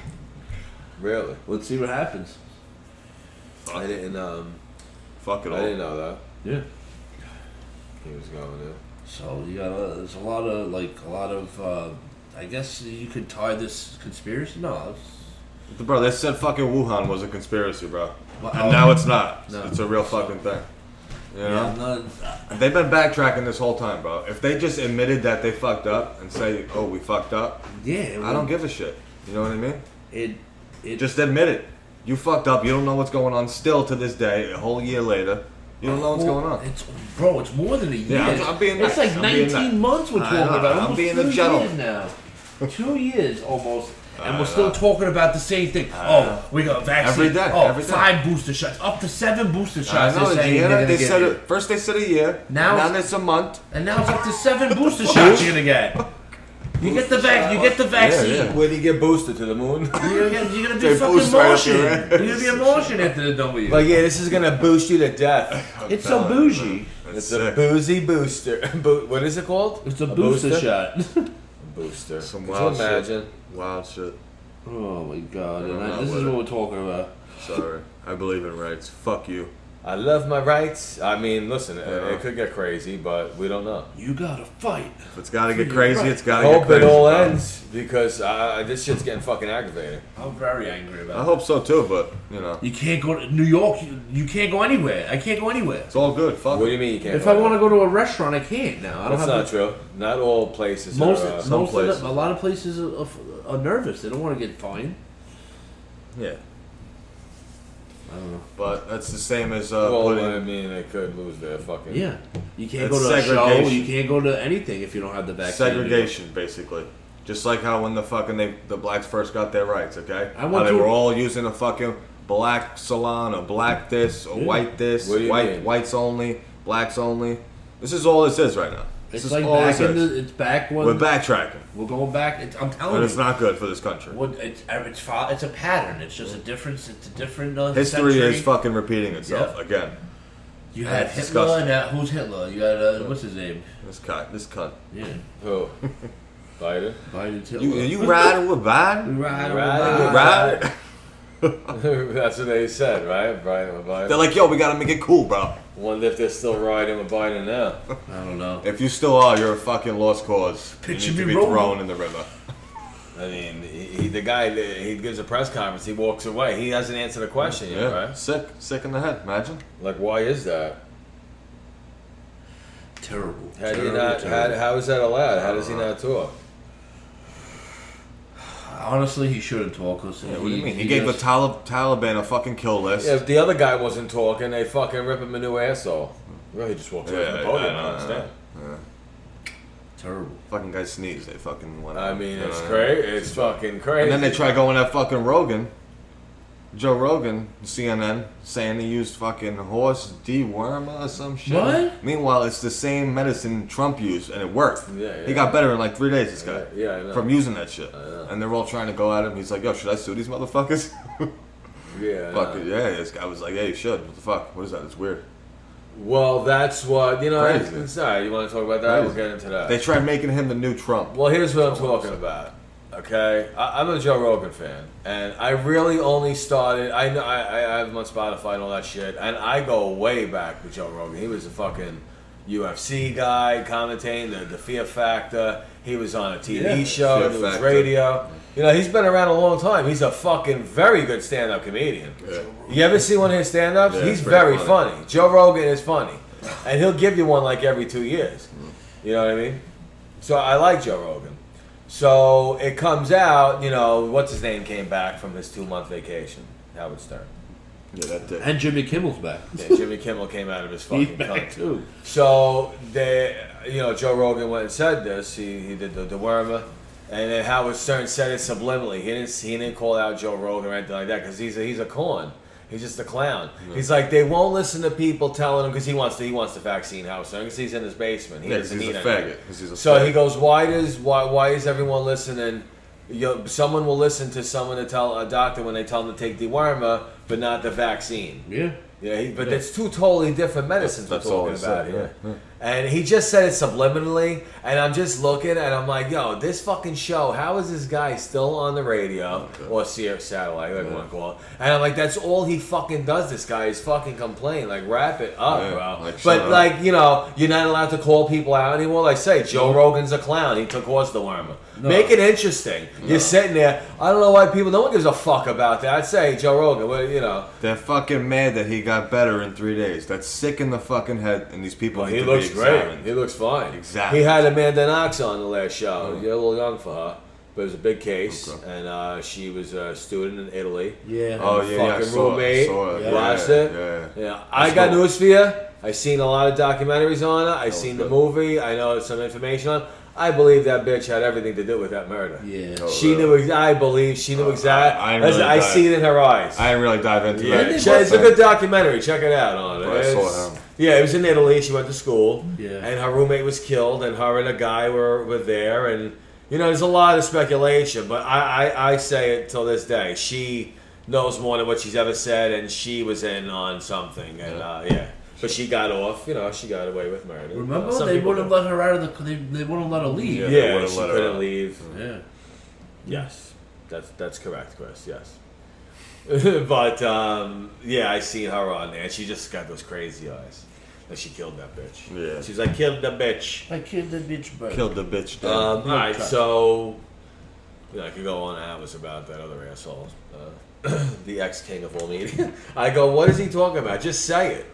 Really?
Let's see what happens.
I didn't um
Fuck it
I didn't
all.
know that
Yeah.
he was going there.
So you got a, there's a lot of like a lot of uh, I guess you could tie this conspiracy. No, it's,
Bro, they said fucking Wuhan was a conspiracy, bro.
Well,
and
um,
now it's not.
no.
It's a real fucking thing. You
yeah, I'm
know?
not, uh,
They've been backtracking this whole time, bro. If they just admitted that they fucked up and say, oh, we fucked up,
yeah. It,
I don't give a shit. You know what I mean?
it. It just
Just admit it. You fucked up. You don't know what's going on still to this day, a whole year later. You don't know what's going on.
It's bro. It's more than a year.
Yeah, I'm- I'm being nice.
It's like
I'm being
19
nice.
months we're
I
talking
know,
about.
I'm
Almost
being
two
a gentleman.
years now. two years almost. And we're still talking about the same thing. oh, we got a vaccine.
Every day,
Oh,
every day.
five booster shots. Up to seven booster
I
shots.
know,
they're saying
Gianna,
they're gonna
they
get
said
you.
it, first they said a year,
Now
now, now
it's-
it's a month.
And now it's up to seven booster shots you're gonna get. You get the vac. You get the vaccine.
yeah.
Where do you get boosted to the moon?
You're gonna, you're gonna be
They
fucking
boost right up
motion.
your
You're
ass.
gonna be a motion after the W.
like yeah, this is gonna boost you to death.
it's so bougie.
That's
It's a
sick.
boozy booster. Bo- what is it called?
It's a booster shot.
Booster.
Some
Could
wild
you
shit.
imagine?
Wild shit.
oh my god!
I'm
And I,
not
this is
with
what we're talking about.
Sorry. I believe in rights. Fuck you.
I love my rights. I mean, listen, it, it could get crazy, but we don't know.
You gotta fight.
If it's gotta get crazy, it's
I
gotta get
hope it
crazy.
all ends because uh, this shit's getting fucking aggravating.
I'm very angry about
I
it.
hope so too, but you know,
You can't go to New York. You, you can't go anywhere. I can't go anywhere.
it's all good. Fuck.
What do
it.
you mean you can't?
If I want to go to a restaurant, I can't now. I don't
that's
have
not
the-
true. Not all places.
most.
are, uh,
some
most of
places.
the, a lot of places are, are, are nervous. They don't want to get fined.
Yeah. But that's the same as uh,
well,
putting.
I mean, they could lose their fucking.
Yeah, you can't
That's
go to a show.
segregation.
You can't go to anything if you don't have the vaccine.
segregation, basically. Just like how when the fucking they the blacks first got their rights, okay?
I
how
want
they
you-
were all using a fucking black salon or black this or
Yeah.
white this,
What do you
white
mean?
whites only, blacks only. This is all this is right now. This is
It's like
all
back
this
in
is.
the. It's back when
We're backtracking,
We're going back. It's, I'm telling
and
you,
it's not good for this country.
What, it's uh, it's fo- it's a pattern. It's just a difference. It's a different uh,
History
century.
is fucking repeating itself
Yeah.
again.
You had
It's
Hitler.
disgusting.
And, uh, who's Hitler? You had uh, what's his name?
This cunt, this cunt.
Yeah,
Who? Biden.
Biden's Hitler.
You you riding with Biden?
Right,
Right.
You riding?
That's what they said, right? Biden with Biden.
They're like, yo, we gotta make it cool, bro.
Wonder if they're still riding with Biden now.
I don't know.
If you still are, you're a fucking lost cause. you
Picture
need to
me
be
rolling.
thrown in the river.
I mean, he, he, the guy that he gives a press conference, he walks away. He hasn't answered a question yet,
Yeah,
right?
sick, sick in the head. Imagine.
Like, why is that?
Terrible.
How do you
terrible,
not? How,
terrible.
how is that allowed? How does he not talk?
Honestly, he shouldn't talk. Cause
Yeah, what do you mean? He, gave
just-
the Talib- Taliban a fucking kill list.
Yeah, if the other guy wasn't talking, they fucking rip him a new asshole. Well, he just walked away from
Yeah,
the podium.
yeah,
I
yeah,
understand.
terrible.
Fucking guy sneezed. They fucking went.
I
out.
mean,
You
it's
know?
crazy. It's fucking crazy.
Uh, And then they try going at fucking Rogan, Joe Rogan, CNN, saying he used fucking horse dewormer or some shit.
What?
Meanwhile, it's the same medicine Trump used, and it worked.
Yeah,
He
yeah.
got better in like three days. This guy.
Yeah, yeah, I know.
From using that shit. And they're all trying to go at him. He's like, "Yo, should I sue these motherfuckers?"
yeah,
Fuck
nah.
it. Yeah, this guy was like, "Yeah, you should." What the fuck? What is that? It's weird.
Well, that's what you know.
Crazy.
It's, it's all right. You want to talk about that? We'll
Crazy.
get into that.
They tried making him the new Trump.
Well, here's what I'm talking about. Okay, I, I'm a Joe Rogan fan, and I really only started. I know I, I, I have him on Spotify and all that shit, and I go way back with Joe Rogan. He was a fucking UFC guy, commentating the, the Fear Factor. He was on a TV
Yeah.
show,
Fear
news
Factor.
radio. You know, he's been around a long time. He's a fucking very good stand-up comedian.
Yeah.
You ever see one of his stand-ups?
Yeah,
He's
it's pretty
very funny.
funny.
Joe Rogan is funny, and he'll give you one like every two years. You know what I mean? So I like Joe Rogan. So it comes out, you know, what's his name came back from his two month vacation, Howard Stern.
Yeah, that dick.
And Jimmy Kimmel's back.
Yeah, Jimmy Kimmel came out of his fucking
He's back
cunt.
too.
So they, you know, Joe Rogan went and said this. He, he did the dewormer, and then Howard Stern said it subliminally. He didn't he didn't call out Joe Rogan or anything like that because he's a, he's a con. He's just a clown. He's like they won't listen to people telling him because he wants to he wants the vaccine. Howard Stern because he's in his basement. He
Yeah, 'cause
doesn't
he's
need
a
anything.
faggot. 'Cause he's a
So he
faggot.
goes, why does why why is everyone listening? You know, someone will listen to someone to tell a doctor when they tell them to take dewormer, but not the vaccine.
Yeah.
Yeah, he, but it's two totally different medicines
That's- that's
we're
all
talking
he
about
said,
here. And he just said it subliminally, and I'm just looking, and I'm like, yo, this fucking show, how is this guy still on the radio, or Sirius Satellite, whatever you want to call it. And I'm like, that's all he fucking does, this guy, is fucking complain. Like, wrap it up,
Yeah,
bro.
like, shut
but,
up.
like, you know, you're not allowed to call people out anymore. Like, say, Joe Rogan's a clown. He took horse the wormer. Make it interesting. You're sitting there, I don't know why people, no one gives a fuck about that. I'd say, Joe Rogan, well, you know.
They're fucking mad that he got better in three days. That's sick in the fucking head, and these people need
He
to
looks
be
great.
examined.
He looks fine.
Exactly. Hmm.
He had Amanda Knox on the last show. You're a little young for her, but it was a big case,
Okay.
and uh, she was a student in Italy.
Yeah.
oh yeah, yeah, I
Fucking
saw
roommate.
it. I saw it.
Yeah.
Yeah,
Watched
yeah,
it.
Yeah.
Yeah, I got
cool.
news for you. I seen a lot of documentaries on her. I seen the
good.
movie. I know some information on. it. I believe that bitch had everything to do with that murder.
Yeah.
Oh,
She
really?
knew. ex- I believe she knew exactly.
Oh, I- I
I,
ain't really dive-
see it in her eyes.
I didn't really dive into
Yeah,
that.
it's it's a good documentary. Check it out on it.
I saw
It's-
that.
Yeah, it was in Italy. She went to school.
Yeah.
And her roommate was killed, and her and a guy were, were there. And, you know, there's a lot of speculation, but I, I, I say it till this day. She knows more than what she's ever said, and she was in on something. And, yeah. Uh, yeah. But she got off. You know, she got away with murder.
Remember
Some
they
people
wouldn't
do.
let her out of the. They, they wouldn't let her leave.
Yeah. They
Yeah,
wouldn't
she
let her
couldn't
out.
leave.
Yeah.
Yes. That's, that's correct, Chris. Yes. but um, yeah, I seen her on there. and She just got those crazy eyes. Like she killed that bitch.
Yeah.
She's like killed the bitch.
I killed the bitch, bro.
Killed the bitch. Dead.
Um, all right,
Okay.
so you know, I could go on hours about that other asshole, uh, the ex king of all media. I go, what is he talking about? Just say it.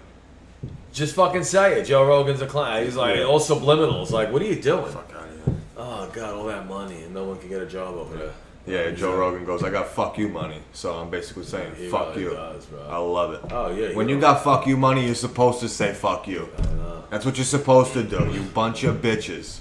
Just fucking say it. Joe Rogan's a client. He's like
Yeah.
all subliminals. Like, what are you doing?
Fuck out of here.
Oh god, all that money and no one can get a job over there.
Yeah, Joe Rogan goes, I got fuck you money. So I'm basically saying,
He
fuck
really
you.
does, bro.
I love it.
Oh, yeah,
When
you're
you got fuck you money, you're supposed to say fuck you. That's what you're supposed to do. You bunch of bitches.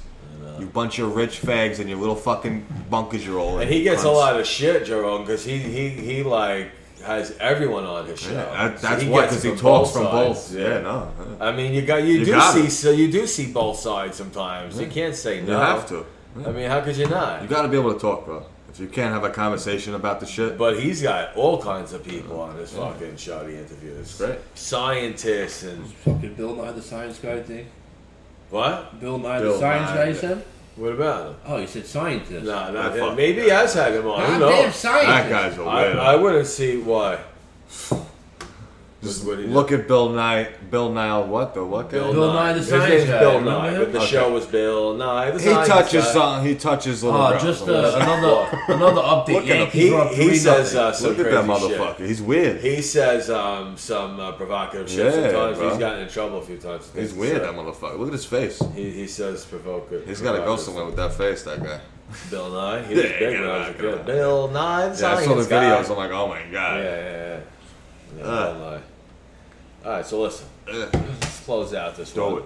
You bunch of rich fags and your little fucking bunkers you're all in.
And he gets a
cunts.
lot of shit, Joe Rogan, because he he he like has everyone on his show.
Yeah, that,
So
that's
he
why,
gets
because he
from
talks from both.
sides,
Yeah, no. yeah.
I mean, you got you,
You
do
got
see
it.
so you do see both sides sometimes. You can't say no.
You have to.
I mean, how could you not?
You gotta be able to talk, bro. If you can't have a conversation about the shit,
but he's got all kinds of people on his fucking show. He interviews
Right.
scientists and
Fucking Bill Nye the Science Guy thing.
what?
Bill Nye the
Bill
Science
Nye,
Guy, you
yeah.
said?
What about him?
Oh, you said
No,
scientist.
That
not him.
fuck-
Maybe I has had him on. Who
I'm damn
knows?
scientist.
that guy's a
I,
weirdo.
I wouldn't see why.
Just
What he did.
look at Bill Nye. Bill Nile, what the what? guy?
Bill Nye the
His
Science
name's
Guy,
Bill
remember
Nye,
him?
but the
Okay.
show was Bill Nye. the
He
Science
touches
Guy.
something. He touches little.
Oh,
girls.
just uh, another another update.
Look at him.
Yankees are up
He, he
three
says
nothing.
uh, some
look at that
crazy shit.
motherfucker. He's weird.
He says um, some uh, provocative shit
Yeah,
sometimes.
bro.
He's gotten in trouble a few times.
He's weird. That motherfucker. Look at his face.
He, he says provocative.
He's gotta go somewhere with that face. That guy.
Bill Nye. He was
Yeah,
big
get
when I was
out,
a
get
kid.
out.
Bill Nye. the
Yeah, I saw the
science guy.
videos. Uh. I'm like, oh my
Yeah,
god.
yeah, yeah. yeah
Ugh.
Bill Nye. All right, so listen.
Ugh.
Let's close out this
Do
one.
it.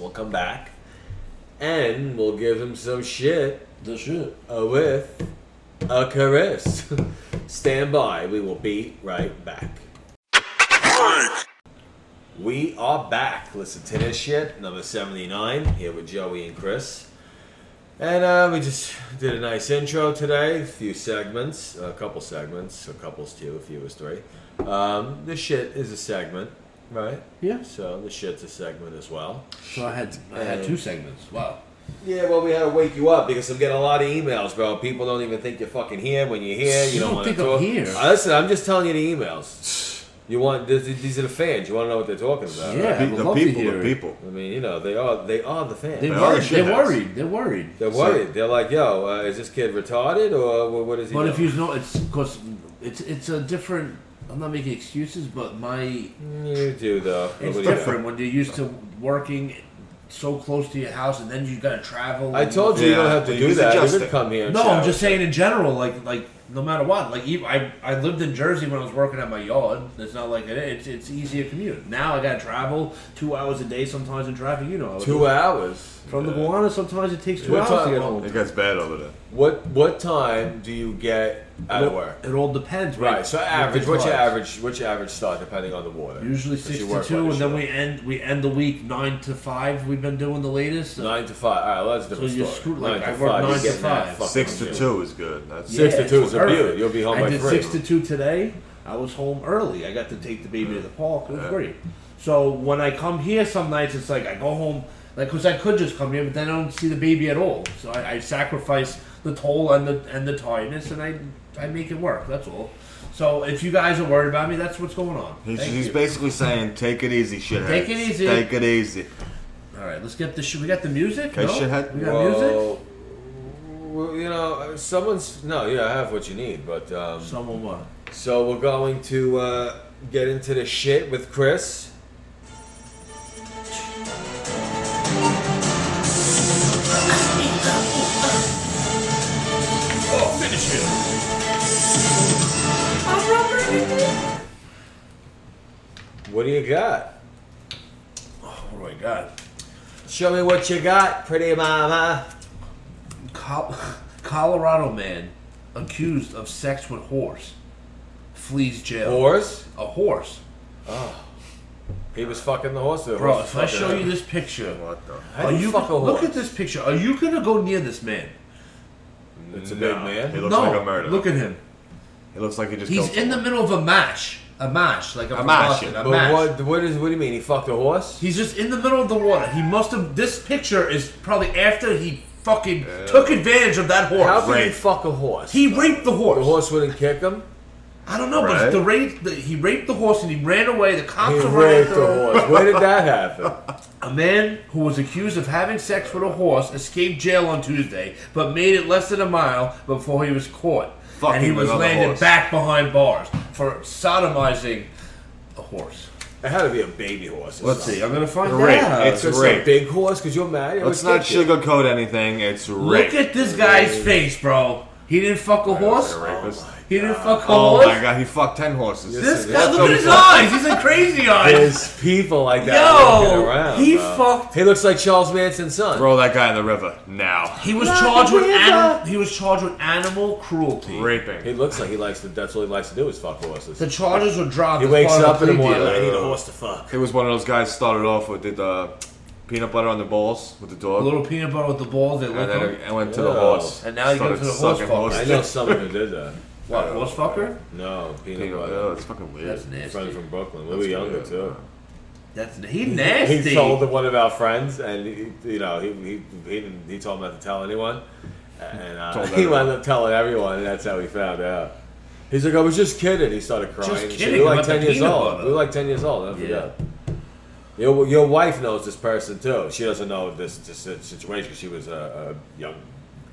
We'll come back, and we'll give him some shit.
the shit.
uh, with a caress. Stand by. We will be right back. We are back. Listen to this shit. Number 79. Here with Joey and Chris. And uh, we just did a nice intro today. A few segments. A couple segments. A couple's two. A few is three. Um, this shit is a segment, right?
Yeah.
So the shit's a segment as well.
So I had I had two segments. Wow.
Yeah, well, we had to wake you up because I'm getting a lot of emails, bro. People don't even think you're fucking here when you're here. You,
You
don't,
don't
want
think
to
I'm
talk.
here.
Uh, listen, I'm just telling you the emails. You want this, these are the fans. You want to know what they're talking about? right?
Yeah.
The
I would love to
people.
hear
The
it.
people.
I mean, you know, they are they are the fans.
They
They
are
worried.
the
They're
shitheads.
worried. They're worried.
are worried. They're like, yo, uh, is this kid retarded or wha- what is he?
But
doing?
if you know, it's because it's it's a different. I'm not making excuses, but my
You do though. What
it's
do you know?
different when you're used to working so close to your house, and then you gotta travel.
I
and-
told you you don't
Yeah,
have to
you
do
can
that. You
adjust
could
it.
come here. and
No,
chat
I'm just
with
saying in general, like like no matter what, like even, I I lived in Jersey when I was working at my yard. It's not like it, it's it's easier commute. Now I gotta travel two hours a day sometimes in traffic. You know, how
us.
it is.
two hours.
from the Guana. Sometimes it takes 2
We're
hours to
talking-
get home.
It gets bad over there.
What what time do you get out
It
of
all-
work?
It all depends.
Right. So average. What's your
Because-
average? What's your average start depending on the water?
Usually
Because
six
you
to
work
two,
like
and
a
then
show.
we end we end the week nine to five. We've been doing the latest.
nine to five. All right, well, that's a different
So you're
story.
screwed, like,
nine
I
to
work
five.
nine
you're
to
getting that
five.
fucking
Six to
deal.
two is good. That's
Yeah. six to
it's
two is a
perfect.
beauty. You'll be home
I
by
did
three.
six to two today. I was home early. I got to take the baby to the park. It was great. So when I come here, some nights it's like I go home, like because I could just come here, but then I don't see the baby at all. So I, I sacrifice the toll and the and the tiredness, and I I make it work. That's all. So if you guys are worried about me, that's what's going on.
He's,
Thank
he's
you.
basically saying, take it easy, shithead.
Take it easy.
Take it easy.
All right, let's get the sh- we got the music.
Okay,
no?
shithead.
We got music.
Well, well, you know, someone's no. Yeah, I have what you need, but um,
Someone what?
so we're going to uh, get into the shit with Chris.
Oh, finish him.
What do you got?
What do I got?
Show me what you got, pretty mama.
Col- Colorado man accused of sex with horse flees jail.
Horse.
a horse,
He was fucking the horse. The
bro.
horse
If
was
I
fucking
show
him.
you this picture,
What the?
How
are
do
you
fuck a
look
horse?
at this picture? Are you gonna go near this man?
It's a big man.
He looks
no,
like a murderer.
look at him.
He looks like he just
He's
killed
in the
someone.
middle of a match, a match, like I'm
A
from
match,
Boston,
yeah.
a
But
match.
what? What is? What do you mean? He fucked a horse?
He's just in the middle of the water. He must have. This picture is probably after he fucking took advantage of that horse.
How can he
Rape.
fuck a horse?
He raped the horse.
The horse wouldn't kick him.
I don't know, but
Right.
the rape, the, he raped the horse and he ran away. The
He
cops
raped
arrested
the
him.
horse. Where did that happen?
A man who was accused of having sex with a horse escaped jail on Tuesday, but made it less than a mile before he was caught.
Fucking
and he was
another
landed
horse.
back behind bars for sodomizing a horse.
It had to be a baby horse. or
Let's
something.
see. I'm gonna find
Rape.
out.
It's
Just a
rape.
big horse, because you're mad.
Let's not sugarcoat anything. It's rape.
Look at this guy's face, bro. He didn't fuck a horse.
Like a rapist.
He didn't fuck a
Oh
horse.
my god, he fucked ten horses.
This
Listen,
guy,
that's
look at
what
his
he does.
eyes. He's a crazy eyes.
There's people like that
Yo,
walking around.
he
bro.
fucked-
He looks like Charles Manson's son.
Throw that guy in the river now.
He was
Look
charged
at
with
his
animal.
eyes.
He was charged with animal cruelty.
He
Raping.
looks like he likes to. That's what he likes to do is fuck horses.
The charges were dropped.
He
as
wakes
part of
up in the
plea
morning.
deal.
I need a horse to fuck.
He was one of those guys started off with the uh, peanut butter on the balls with the
A
dog,
little peanut butter with the balls. They lick
and then
him.
it went to the
Yeah.
horse.
And now he
Started
goes to the horse
sucking
farm.
I
horses.
know someone who did that.
What horse fucker?
No, peanut,
Peanut
butter.
butter. That's fucking weird.
That's
A friend
nasty.
from Brooklyn. We
That's
were younger
good.
too.
That's he
He
nasty.
told one of our friends, and he, you know, he he he, didn't, he told him not to tell anyone, and uh,
Told
he wound
everyone.
up telling everyone, and that's how he found out. He's like, I was just kidding. He started crying.
Just
and shit. We
kidding
were like
about the
ten years
peanut
old.
butter.
We were like ten years old. Don't
Yeah.
forget. Your, your wife knows this person too. She doesn't know this, this situation because she was a, a young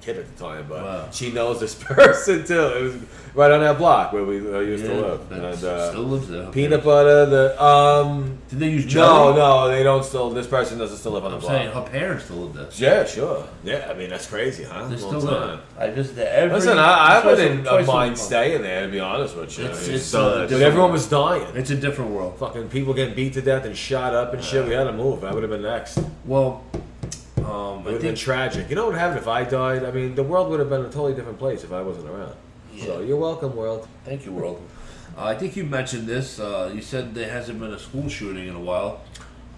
kid at the time, but
Wow.
she knows this person too. It was right on that block where we uh, used
Yeah,
to live.
but
And, uh,
still lives there.
peanut butter. The um,
Did they use
no,
jelly?
no, they don't still. This person doesn't still live on the
I'm
block.
saying her parents still live there.
Yeah, sure. Yeah, I mean that's crazy, huh?
They
Long
still
time.
live. I just every.
Listen, I, I
twice a-
wouldn't
twice a
mind
month.
staying there to be honest with you.
It's
I mean,
it's
so
a
dude,
it's-
different
everyone
world.
was dying.
It's a different world.
Fucking people getting beat to death and shot up and shit. We had to move. I would have been next. It
Well, um,
would
I
have been
think
tragic. You know what happened if I died? I mean, the world would have been a totally different place if I wasn't around. So you're welcome, world.
Thank you, world. Uh, I think you mentioned this. Uh, you said there hasn't been a school shooting in a while.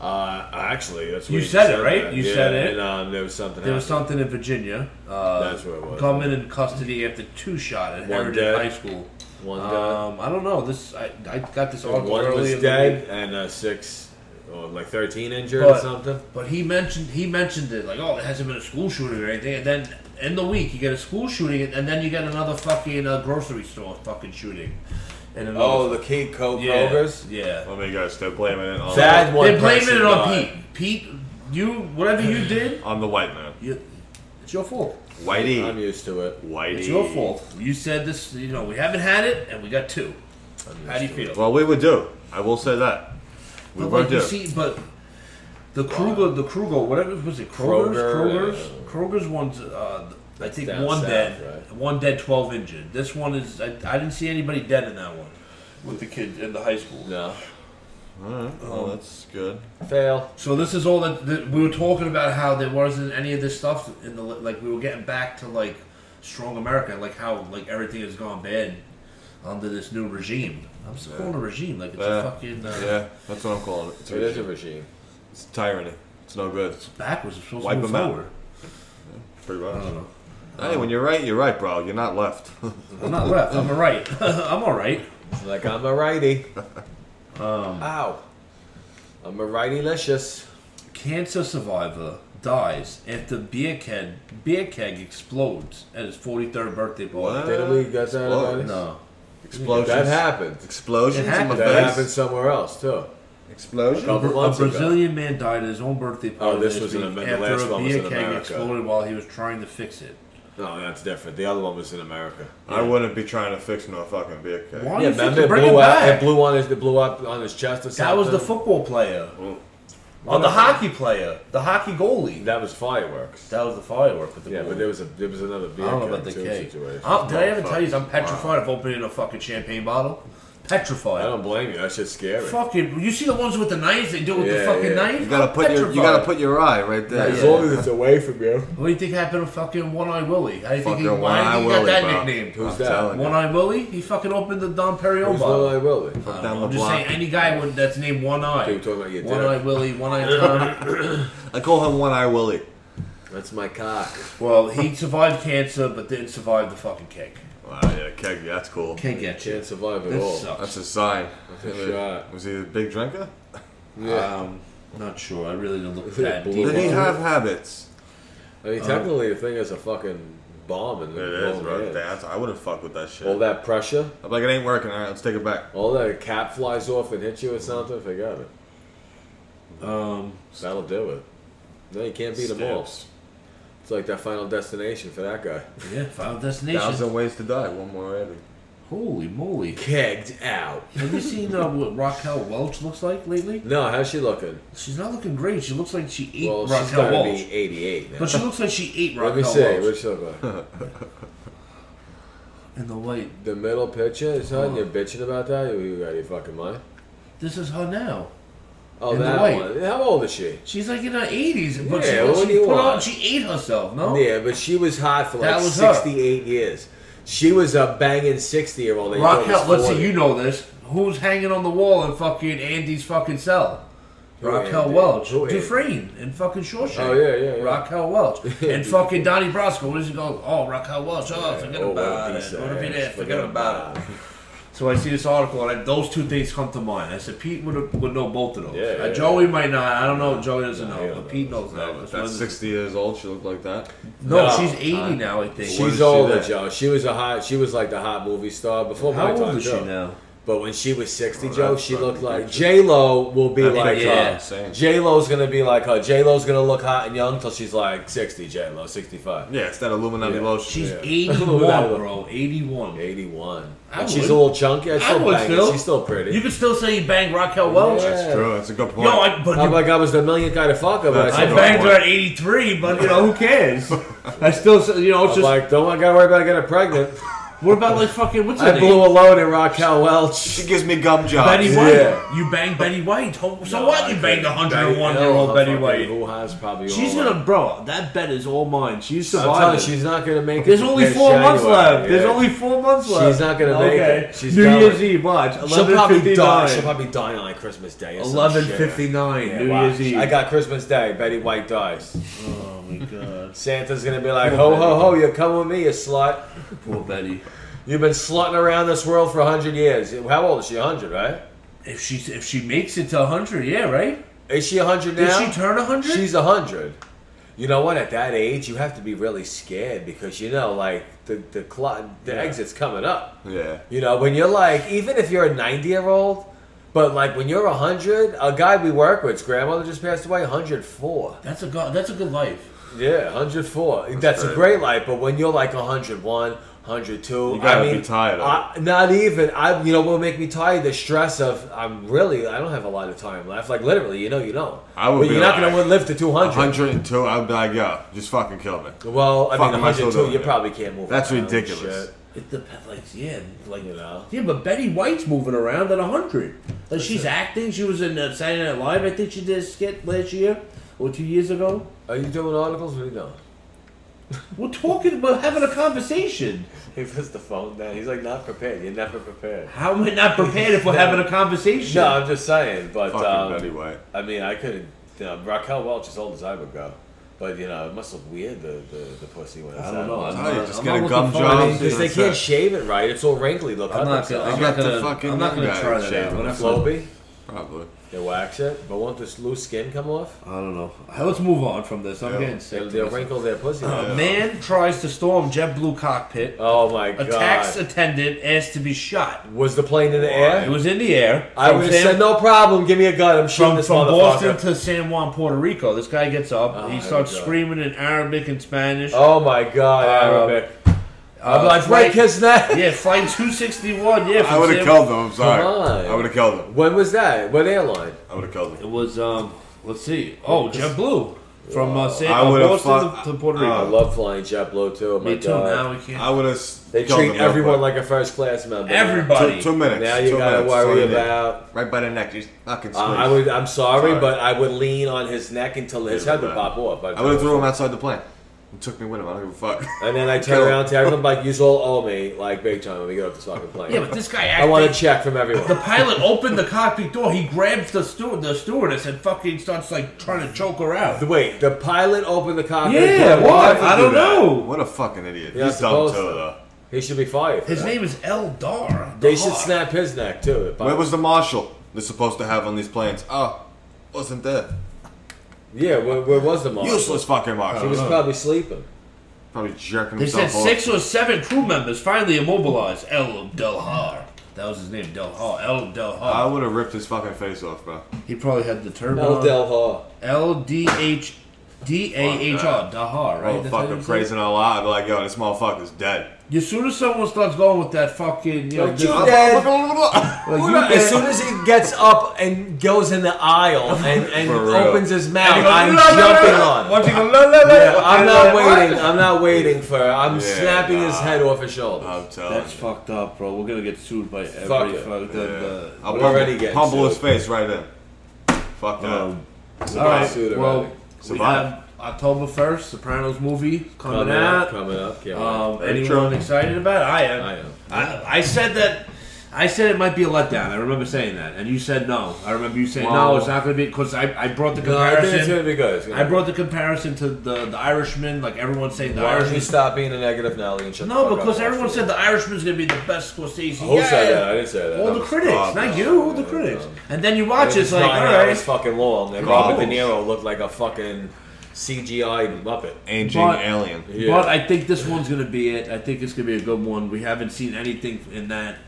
Uh, actually, that's
You said it, right?
that.
You
Yeah,
said it.
And, um, there was something.
There was
happening.
something in Virginia. Uh,
That's where it was.
Gunman in custody after two shot at
One
Heritage
dead.
High School.
One guy.
Um, I don't know. This I, I got this article
one
early
was
in the
dead,
week,
and uh, six, or like thirteen injured or
but,
something.
But he mentioned he mentioned it like, oh, there hasn't been a school shooting or anything. And then in the week you get a school shooting, and then you get another fucking uh, grocery store fucking shooting. And another
Oh, the King Coke
yeah,
Rovers.
yeah.
Let me guess. They're blaming it on
That one.
They're blaming
person
it on
died.
Pete. Pete, you whatever you did,
on the white man.
you, it's your fault.
I'm
Whitey.
used to it.
Whitey.
It's your fault. You said this. You know we haven't had it, and we got two. How do you feel?
Well, we would do. I will say that. We
But
were
like
due.
you see, but the Kruger, the Kruger, whatever was it, Kroger's,
Kroger,
Kroger's,
yeah.
Kroger's one's. Uh, I think
down
one
south,
dead,
right?
one dead, twelve injured. This one is. I, I didn't see anybody dead in that one. With the kid in the high school.
No.
Alright, well, that's good.
Fail.
So this is all that, that we were talking about. How there wasn't any of this stuff in the like. We were getting back to like strong America, like how like everything has gone bad under this new regime. I'm just calling it a regime like it's
Yeah.
a fucking uh,
Yeah, that's what I'm calling it. It's,
It is a regime.
it's tyranny. It's no good.
backwards. It's supposed
Wipe
to
'em
move
out.
forward.
Pretty much.
I don't know.
Hey, when you're right, you're right, bro. You're not left.
I'm not left. I'm a right. I'm all right.
Like I'm a righty. Um, Ow. I'm a righty licious.
Cancer survivor dies after beer keg beer keg explodes at his 43rd birthday party. Uh,
Did we get that?
Explosions.
already?
No,
Explosions.
That happened.
Explosions in
It
my
happened.
That
face.
happened somewhere else too.
Explosions.
Couple
a
months ago.
Brazilian man died at his own birthday party.
Oh, this
last
was in
week
Amer- the
after
last
a
one was
beer
in
keg
America.
exploded while he was trying to fix it.
No, that's different. The other one was in America.
I wouldn't be trying to fix no fucking beer keg.
Why
yeah,
do Oh, you think
remember
to
it
bring it
blew up. It
back?
blew on his. It blew up on his chest or something.
that was the football player. Oh, the hockey player, the hockey goalie.
That was fireworks.
That was the firework with the
Yeah,
goalie.
but there was a there was another beer
I don't know
keg,
about the
too,
cake.
situation. Oh,
I- Did I ever tell you I'm petrified of opening a fucking champagne bottle? Petrified.
I don't blame you. That shit's scary.
Fucking, you see the ones with the knives? They do it with the
Yeah,
fucking
yeah.
knife.
You gotta
I'm
put your you
petrified.
gotta put your eye right there.
As
Yeah.
long as it's away from you.
What do you think happened to fucking One Eye Willie? How do you think he,
Fucking
why
One Eye
did he
Willie,
got that
bro.
nickname?
Who's
I'm
that?
telling you.
One Eye Willie? He fucking opened the Don Perignon
Who's Lil
bottle.
Eye Willie?
I don't
Down
know,
the
I'm just
block.
saying, any guy with that's named One Eye.
you were talking about your
one
dad.
Eye Willie, One Eye Tom.
I call him One Eye Willie.
That's my cock.
well, he survived cancer, but didn't survive the fucking cake.
Wow, yeah, keg. That's cool.
Can't get you.
Can't survive at all.
This sucks.
That's a sign.
a shot.
Was he a big drinker?
Yeah.
Um, not sure. I really didn't look
It
that
blew
deep.
up.
Did he
into it.
have habits?
uh,
I mean, technically, the thing is a fucking bomb in the
It is,
wrong
bro.
hands.
That's, I wouldn't fuck with that shit.
All that pressure,
I'm like, it ain't working. All right, let's take it back.
all that cap flies off and hits you or something. Forget it.
Um,
That'll do it. No, you can't beat them all.
Steps.
It's like that final destination for that guy.
yeah, Final Destination.
Thousand ways to die. One more Eddie.
Holy moly!
Kegged out.
Have you seen uh, what Raquel Welch looks like lately?
No, how's she looking?
She's not looking great. She looks like she ate
Well, she's
Raquel
gotta
Welch,
be 88 now.
but she looks like she ate
Let me
Raquel
see.
Welch.
What's she look like?
And the light.
The middle picture is her, and you're bitching about that? You, you got your fucking mind?
This is her now.
Oh,
In the
that
white.
one. How old is she?
She's like in her eighties, but
Yeah,
she,
what
she
do you
put
want?
on. She ate herself. No.
Yeah, but she was hot for
Oh. That
like
was her.
68 years. She was a banging 60 year old.
Raquel. Let's see. You know this. Who's hanging on the wall in fucking Andy's fucking cell?
Who
Raquel
Andy?
Welch,
Who Andy?
Dufresne, and fucking Shawshank.
Oh, yeah, yeah, yeah.
Raquel Welch and fucking Donnie Brasco. What does he go? Oh, Raquel Welch. Oh, forget about it. Wanna be there? Forget about it. So I see this article, and I, those two things come to mind. I said Pete would would know both of those.
Yeah,
Uh,
yeah,
Joey might not. I don't know. if Joey doesn't
he
know,
don't
but Pete knows
No,
that.
but
That's
that's
one of the-
60 years old. She looked like that.
no,
No,
she's eighty now. I think.
What
She's
is she
older,
then?
Joe. She was a hot. She was like the hot movie star before my
How
time.
old is
Joe.
she now? Oh,
But when she was sixty, Joe,
that's
she looked
fucking
like
good.
J Lo will be
That's
like
what I'm
her.
saying.
J Lo's gonna be like her. J Lo's gonna look hot and young until she's like sixty. J Lo, sixty five.
Yeah, e- it's that Illuminati
Yeah.
lotion.
She's
Yeah.
eighty-one, bro. Eighty-one.
81.
I
And she's
would.
a little chunky. I
I
still
would
bang it.
still.
She's still pretty.
You could still say you banged Raquel Welch.
Yeah.
That's true. That's a good point.
Yo, I, but
I'm
you-
like, I was the millionth guy to fuck her, but I
That's
I
still
a
banged
good
her
point.
at eighty-three. But you know who cares? I still, say- you know, it's
I'm
just
like, don't I gotta worry about getting pregnant.
what about like fucking what's her
I
name?
blew a load in Raquel Welch.
she gives me gum jobs.
Betty White.
Yeah.
You banged Betty White. So
No,
what?
I
You banged a
couldn't.
hundred and one year
Hell,
old Betty
fucking
White.
Who has probably
She's
all
gonna, bro. That bet is all mine. She's
I'm telling you,
surviving.
she's not gonna make it.
There's only
past
four months
January.
left. There's
Yeah.
only four months
She's
left.
not gonna make it. She's
New
done
Year's
it.
Eve. Watch.
She'll probably die. She'll
11:59.
probably die on like Christmas Day. or some shit.
11:59.
Yeah,
New
watch.
Year's Eve.
I got Christmas Day. Betty White dies.
oh my god.
Santa's gonna be like, ho ho ho, you come with me, you slut.
Poor Betty.
You've been slutting around this world for hundred years. How old is she? hundred, right?
If she if she makes it to 100, yeah, right?
Is she hundred
Did
now?
she turn 100?
She's a hundred. You know what? At that age, you have to be really scared because you know, like the the clock, the
Yeah.
exit's coming up.
Yeah.
You know, when you're like, even if you're a 90 year old, but like when you're 100, a guy we work with's grandmother just passed away, 104.
that's a go- that's a good life.
Yeah, 104. That's, a
crazy.
great life, but when you're like 101, 102,
You gotta
I
be
mean,
tired
I,
of
not even. I, you know, what would make me tired? The stress of I'm really, I don't have a lot of time left. Like literally, you know, you don't.
I would
but
be
you're not
like,
gonna live to 200.
102, I'd be like, yo, just fucking kill me.
Well, I
Fuck,
mean,
am I still
102,
doing
you
it?
probably can't move.
That's
around and
ridiculous.
shit,
It depends, like yeah, like
you know.
yeah. But Betty White's moving around at hundred. Like she's acting. She was in uh, Saturday Night Live. I think she did a skit last year or two years ago.
Are you doing articles? What are you doing?
We're talking. We're having a conversation.
He puts the phone down. He's like, not prepared. You're never prepared.
How am I not prepared if we're having a conversation?
No, I'm just saying. But
Fucking Betty
um,
White.
I mean, I couldn't. You know, Raquel Welch is old as I would go. But you know, it must look weird the the, the pussy when it's
I
that
don't know.
old.
I'm
Hey,
not,
just
I'm
get
not
a
looking
gum
for
job.
anything.
Because they
That's
can't
it.
shave it right. It's all wrinkly. Look,
I'm not gonna. I'm
You
not
got the
gonna.
fucking
I'm not
young
gonna
guy
try
that's
that.
shaving
Out.
his
Whatever.
Floby,
Probably.
they wax it, but won't this loose skin come off?
I don't know. Let's move on from this. I'm
Yeah.
getting sick.
They'll,
to
they'll
this.
wrinkle their pussy.
A
off.
man tries to storm JetBlue cockpit.
Oh my
A tax
god!
attendant asked to be shot.
Was the plane in the
It
air?
was in the air.
I
From
would have
San-
said no problem. Give me a gun. I'm shooting
From,
this
from Boston
motherfucker.
to San Juan, Puerto Rico, this guy gets up.
Oh,
he
here
starts
we go.
screaming in Arabic and Spanish.
oh my god,
Uh,
Arabic!
Uh,
I'm like, break
flight,
his neck.
Yeah, flight 261. Yeah,
I
from
would have
San-
killed him. I'm sorry.
Come on.
I would have killed him.
When was that? What airline?
I would have killed
It
him.
was, um, let's see. Oh, JetBlue. From uh, San,
I
uh,
would've
Boston
fucked-
to, to Puerto
I
Rico.
love flying JetBlue too. Oh my
Me too.
god!
Now we can't.
I would have.
They treat everyone like a first class member.
Everybody.
Two, two minutes.
Now you
two
gotta
minutes,
worry
that's all you need.
about.
Right by the neck. You just fucking
Uh,
squeeze.
I would. I'm sorry,
Sorry.
but I would lean on his neck until his
Yeah,
head would
right.
pop off. But-
I would have threw him outside the plane. He took me with him. I don't give a fuck.
And then I turn
Kill him.
around to everyone like, "You all owe me like big time when we get off this fucking plane."
yeah, but this guy
I
acted.
want a check from everyone.
The pilot opened the cockpit door. He grabs the steward, the stewardess, and fucking starts like trying to choke her out.
The- Wait, the pilot opened the cockpit.
Yeah,
door.
why?
Why would
I
he
don't
do that?
know.
What a fucking idiot.
You're
He's
not
dumb too,
supposed to.
though.
He should be fired. for
His
that.
name is El Dar.
They should snap his neck too. the
Where
pilot.
was the marshal they're supposed to have on these planes? Oh, wasn't there.
yeah, where, where was the marshal?
Useless fucking
He
marshal.
was probably sleeping.
Probably jerking
They said
himself off.
six or seven crew members finally immobilized El Delhar. That was his name, Delhar. El
I
Delhar.
would have ripped his fucking face off, bro.
He probably had the
El
turban.
Del Hall.
L D H D A H R. Dahar,
Oh,
right? That's how
Motherfucker
you say it?
praising Allah. I'd be like, yo, this motherfucker's dead.
As soon as someone starts going with that fucking, you know,
Like,
this-
you dead.
Like, you
As
dead.
soon as he gets up and goes in the aisle and, and
For real.
opens his mouth,
And he goes,
I'm
"La, la, la, la."
jumping on.
Watching him, "La, la, la, la."
Yeah, I'm
And
not
like, what?
waiting. I'm not waiting for. I'm
Yeah,
snapping his
nah. Uh,
head off his shoulders.
I'm telling
That's
you.
fucked up, bro. We're gonna get sued by every
Fuck it.
fuck- the- the-
I'll
We're
pumble-
already getting
Pumble his
sued.
face right in. Fuck that.
Um,
We're
all right,
sued
well,
already.
we
Survive.
have October first, Sopranos movie coming,
coming
out.
up, coming up. Can't wait.
Um,
Very
anyone
true.
excited about it? I am.
I am.
I, I said that. I said it might be a letdown. I remember saying that, and you said no. I remember you saying no.
Well-
It's not going to be because I, I brought the
no, I think it's
comparison.
gonna be good. It's gonna
I
be
brought the comparison to the the Irishman. Like everyone's saying, the
Why don't you
Irishman.
stop being a negative Nelly and shut the
No,
fuck
because
up
everyone
after
said the Irishman's going to be the best Scorsese.
Who
yeah.
said that? I didn't say that.
All
That
the
was-
critics,
God,
not
no.
you, all the
Yeah,
critics.
no.
And then you watch it, it's like, all
nine
right,
hours fucking long. And
Cool.
Robert De Niro looked like a fucking CGI Muppet.
Aging
But-
alien.
Yeah.
But I think this one's going to be it. I think it's going to be a good one. We haven't seen anything in that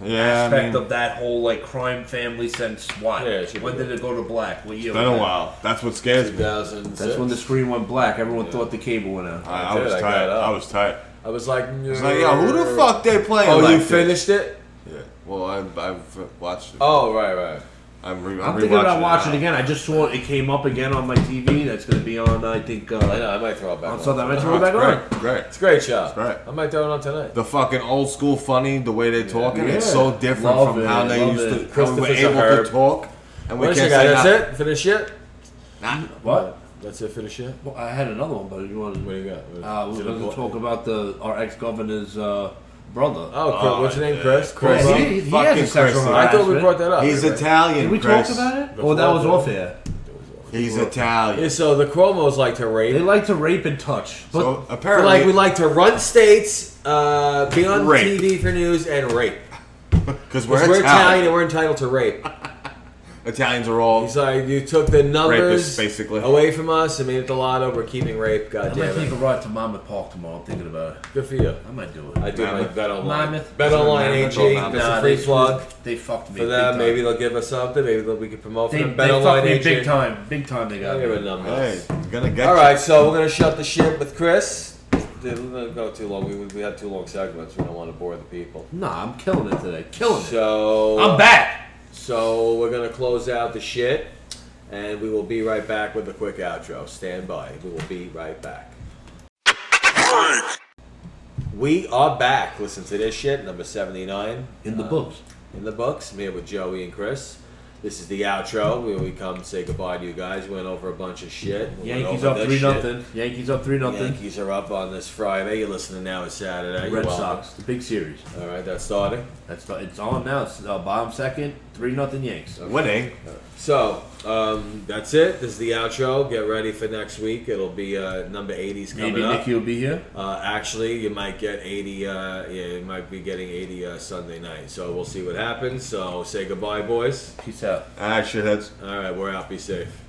Yeah, I
aspect
mean,
of that whole like crime family since what?
Yeah, it should be
when
good.
did it go to black? What year?
been a
was that?
while. That's what scares me.
2006.
That's when the screen went black. Everyone thought the cable went out.
I,
I
I
did,
was
I got
tight.
up.
I was tight.
I was like,
It's like, yo, who the fuck they playing?
Oh,
like
you
this?
finished it?
Yeah. Well, I, I've watched it.
Oh, right, right.
I'm, re-
I'm
I'm,
thinking about
rewatching
watching it
it.
again. I just saw it. It came up again on my TV. That's going to be on. I think. Uh,
I know. I might throw it back.
on
On
Sunday. I might throw it
now.
back on.
It's great, great.
It's a great shot.
great.
I might throw it on tonight.
The fucking old school funny, the way they're talking, it's
Yeah.
so different
Love
from
it,
how they
love
used to.
it.
How we were
Christopher
able
Herb.
to talk, and we
What else
can't
you
say
got? That's
nothing.
it. Finish it.
What?
That's it. Finish it.
Well, I had another one, but you wanted.
What do you got?
Uh, we
Is
were
it a
going
boy?
to talk about the our ex governor's uh, brother.
Oh, Chris, what's your name, Chris? Chris.
Yeah, he, he has
Fucking
a sexual
Chris.
I thought we
harassment.
brought that up.
He's
Right.
Italian.
Did we
Chris.
talk about it?
Before
Oh, that was
the-
off air.
He's
Yeah,
Italian.
so the Cuomo's like to
They
rape.
like to rape and touch. But
So
We're
apparently,
like we like to run states, uh, be on
Rape.
TV for news, and rape.
because
Because
we're,
we're Italian
Italian.
and we're entitled to rape.
Italians are all.
He's like, you took the numbers
Rapists, basically.
away from us and made it the lotto. We're keeping rape.
I
God
might
damn
take a
it.
ride to Monmouth Park tomorrow. I'm thinking about it.
Good for you.
I might do
I
it.
do my
Mammoth.
bet online.
Mammoth.
Bet online
Mammoth.
AG.
Mammoth.
That's a
they
free plug
screwed- They fucked me.
for
big
them.
time.
Maybe they'll give us something. Maybe they'll, we can promote for
They,
them.
they
Bet
fucked
online
me
AG.
big time. Big time they got
Give it
me.
numbers.
hey, gonna get
All
you.
right, so we're gonna shut the shit with Chris. Didn't go too long. We, we had too long segments. We don't want to bore the people.
Nah, I'm killing it today. Killing it.
So uh,
I'm back.
So we're gonna close out the shit, and we will be right back with a quick outro. Stand by. We will be right back. We are back. Listen to this shit, number seventy-nine
In the books.
in the books. I'm here with Joey and Chris. This is the outro. We, we come say goodbye to you guys. We went over a bunch of shit. We went
Yankees
over
up
this
three
shit.
nothing. Yankees up three nothing.
Yankees are up on this Friday. You're listening now. It's Saturday.
Red
Well,
Sox, the big series.
All right, that's starting.
That's the, it's on now. It's uh, bottom second, three nothing Yanks.
Winning.
So um, that's it. This is the outro. Get ready for next week. It'll be uh, number 80s coming
Maybe
up.
Nicky will be here.
Uh, actually, you might get 80. Uh, yeah, you might be getting 80 uh, Sunday night. So we'll see what happens. So say goodbye, boys.
Peace out.
All right, Ah, shitheads.
All right, we're out. Be safe.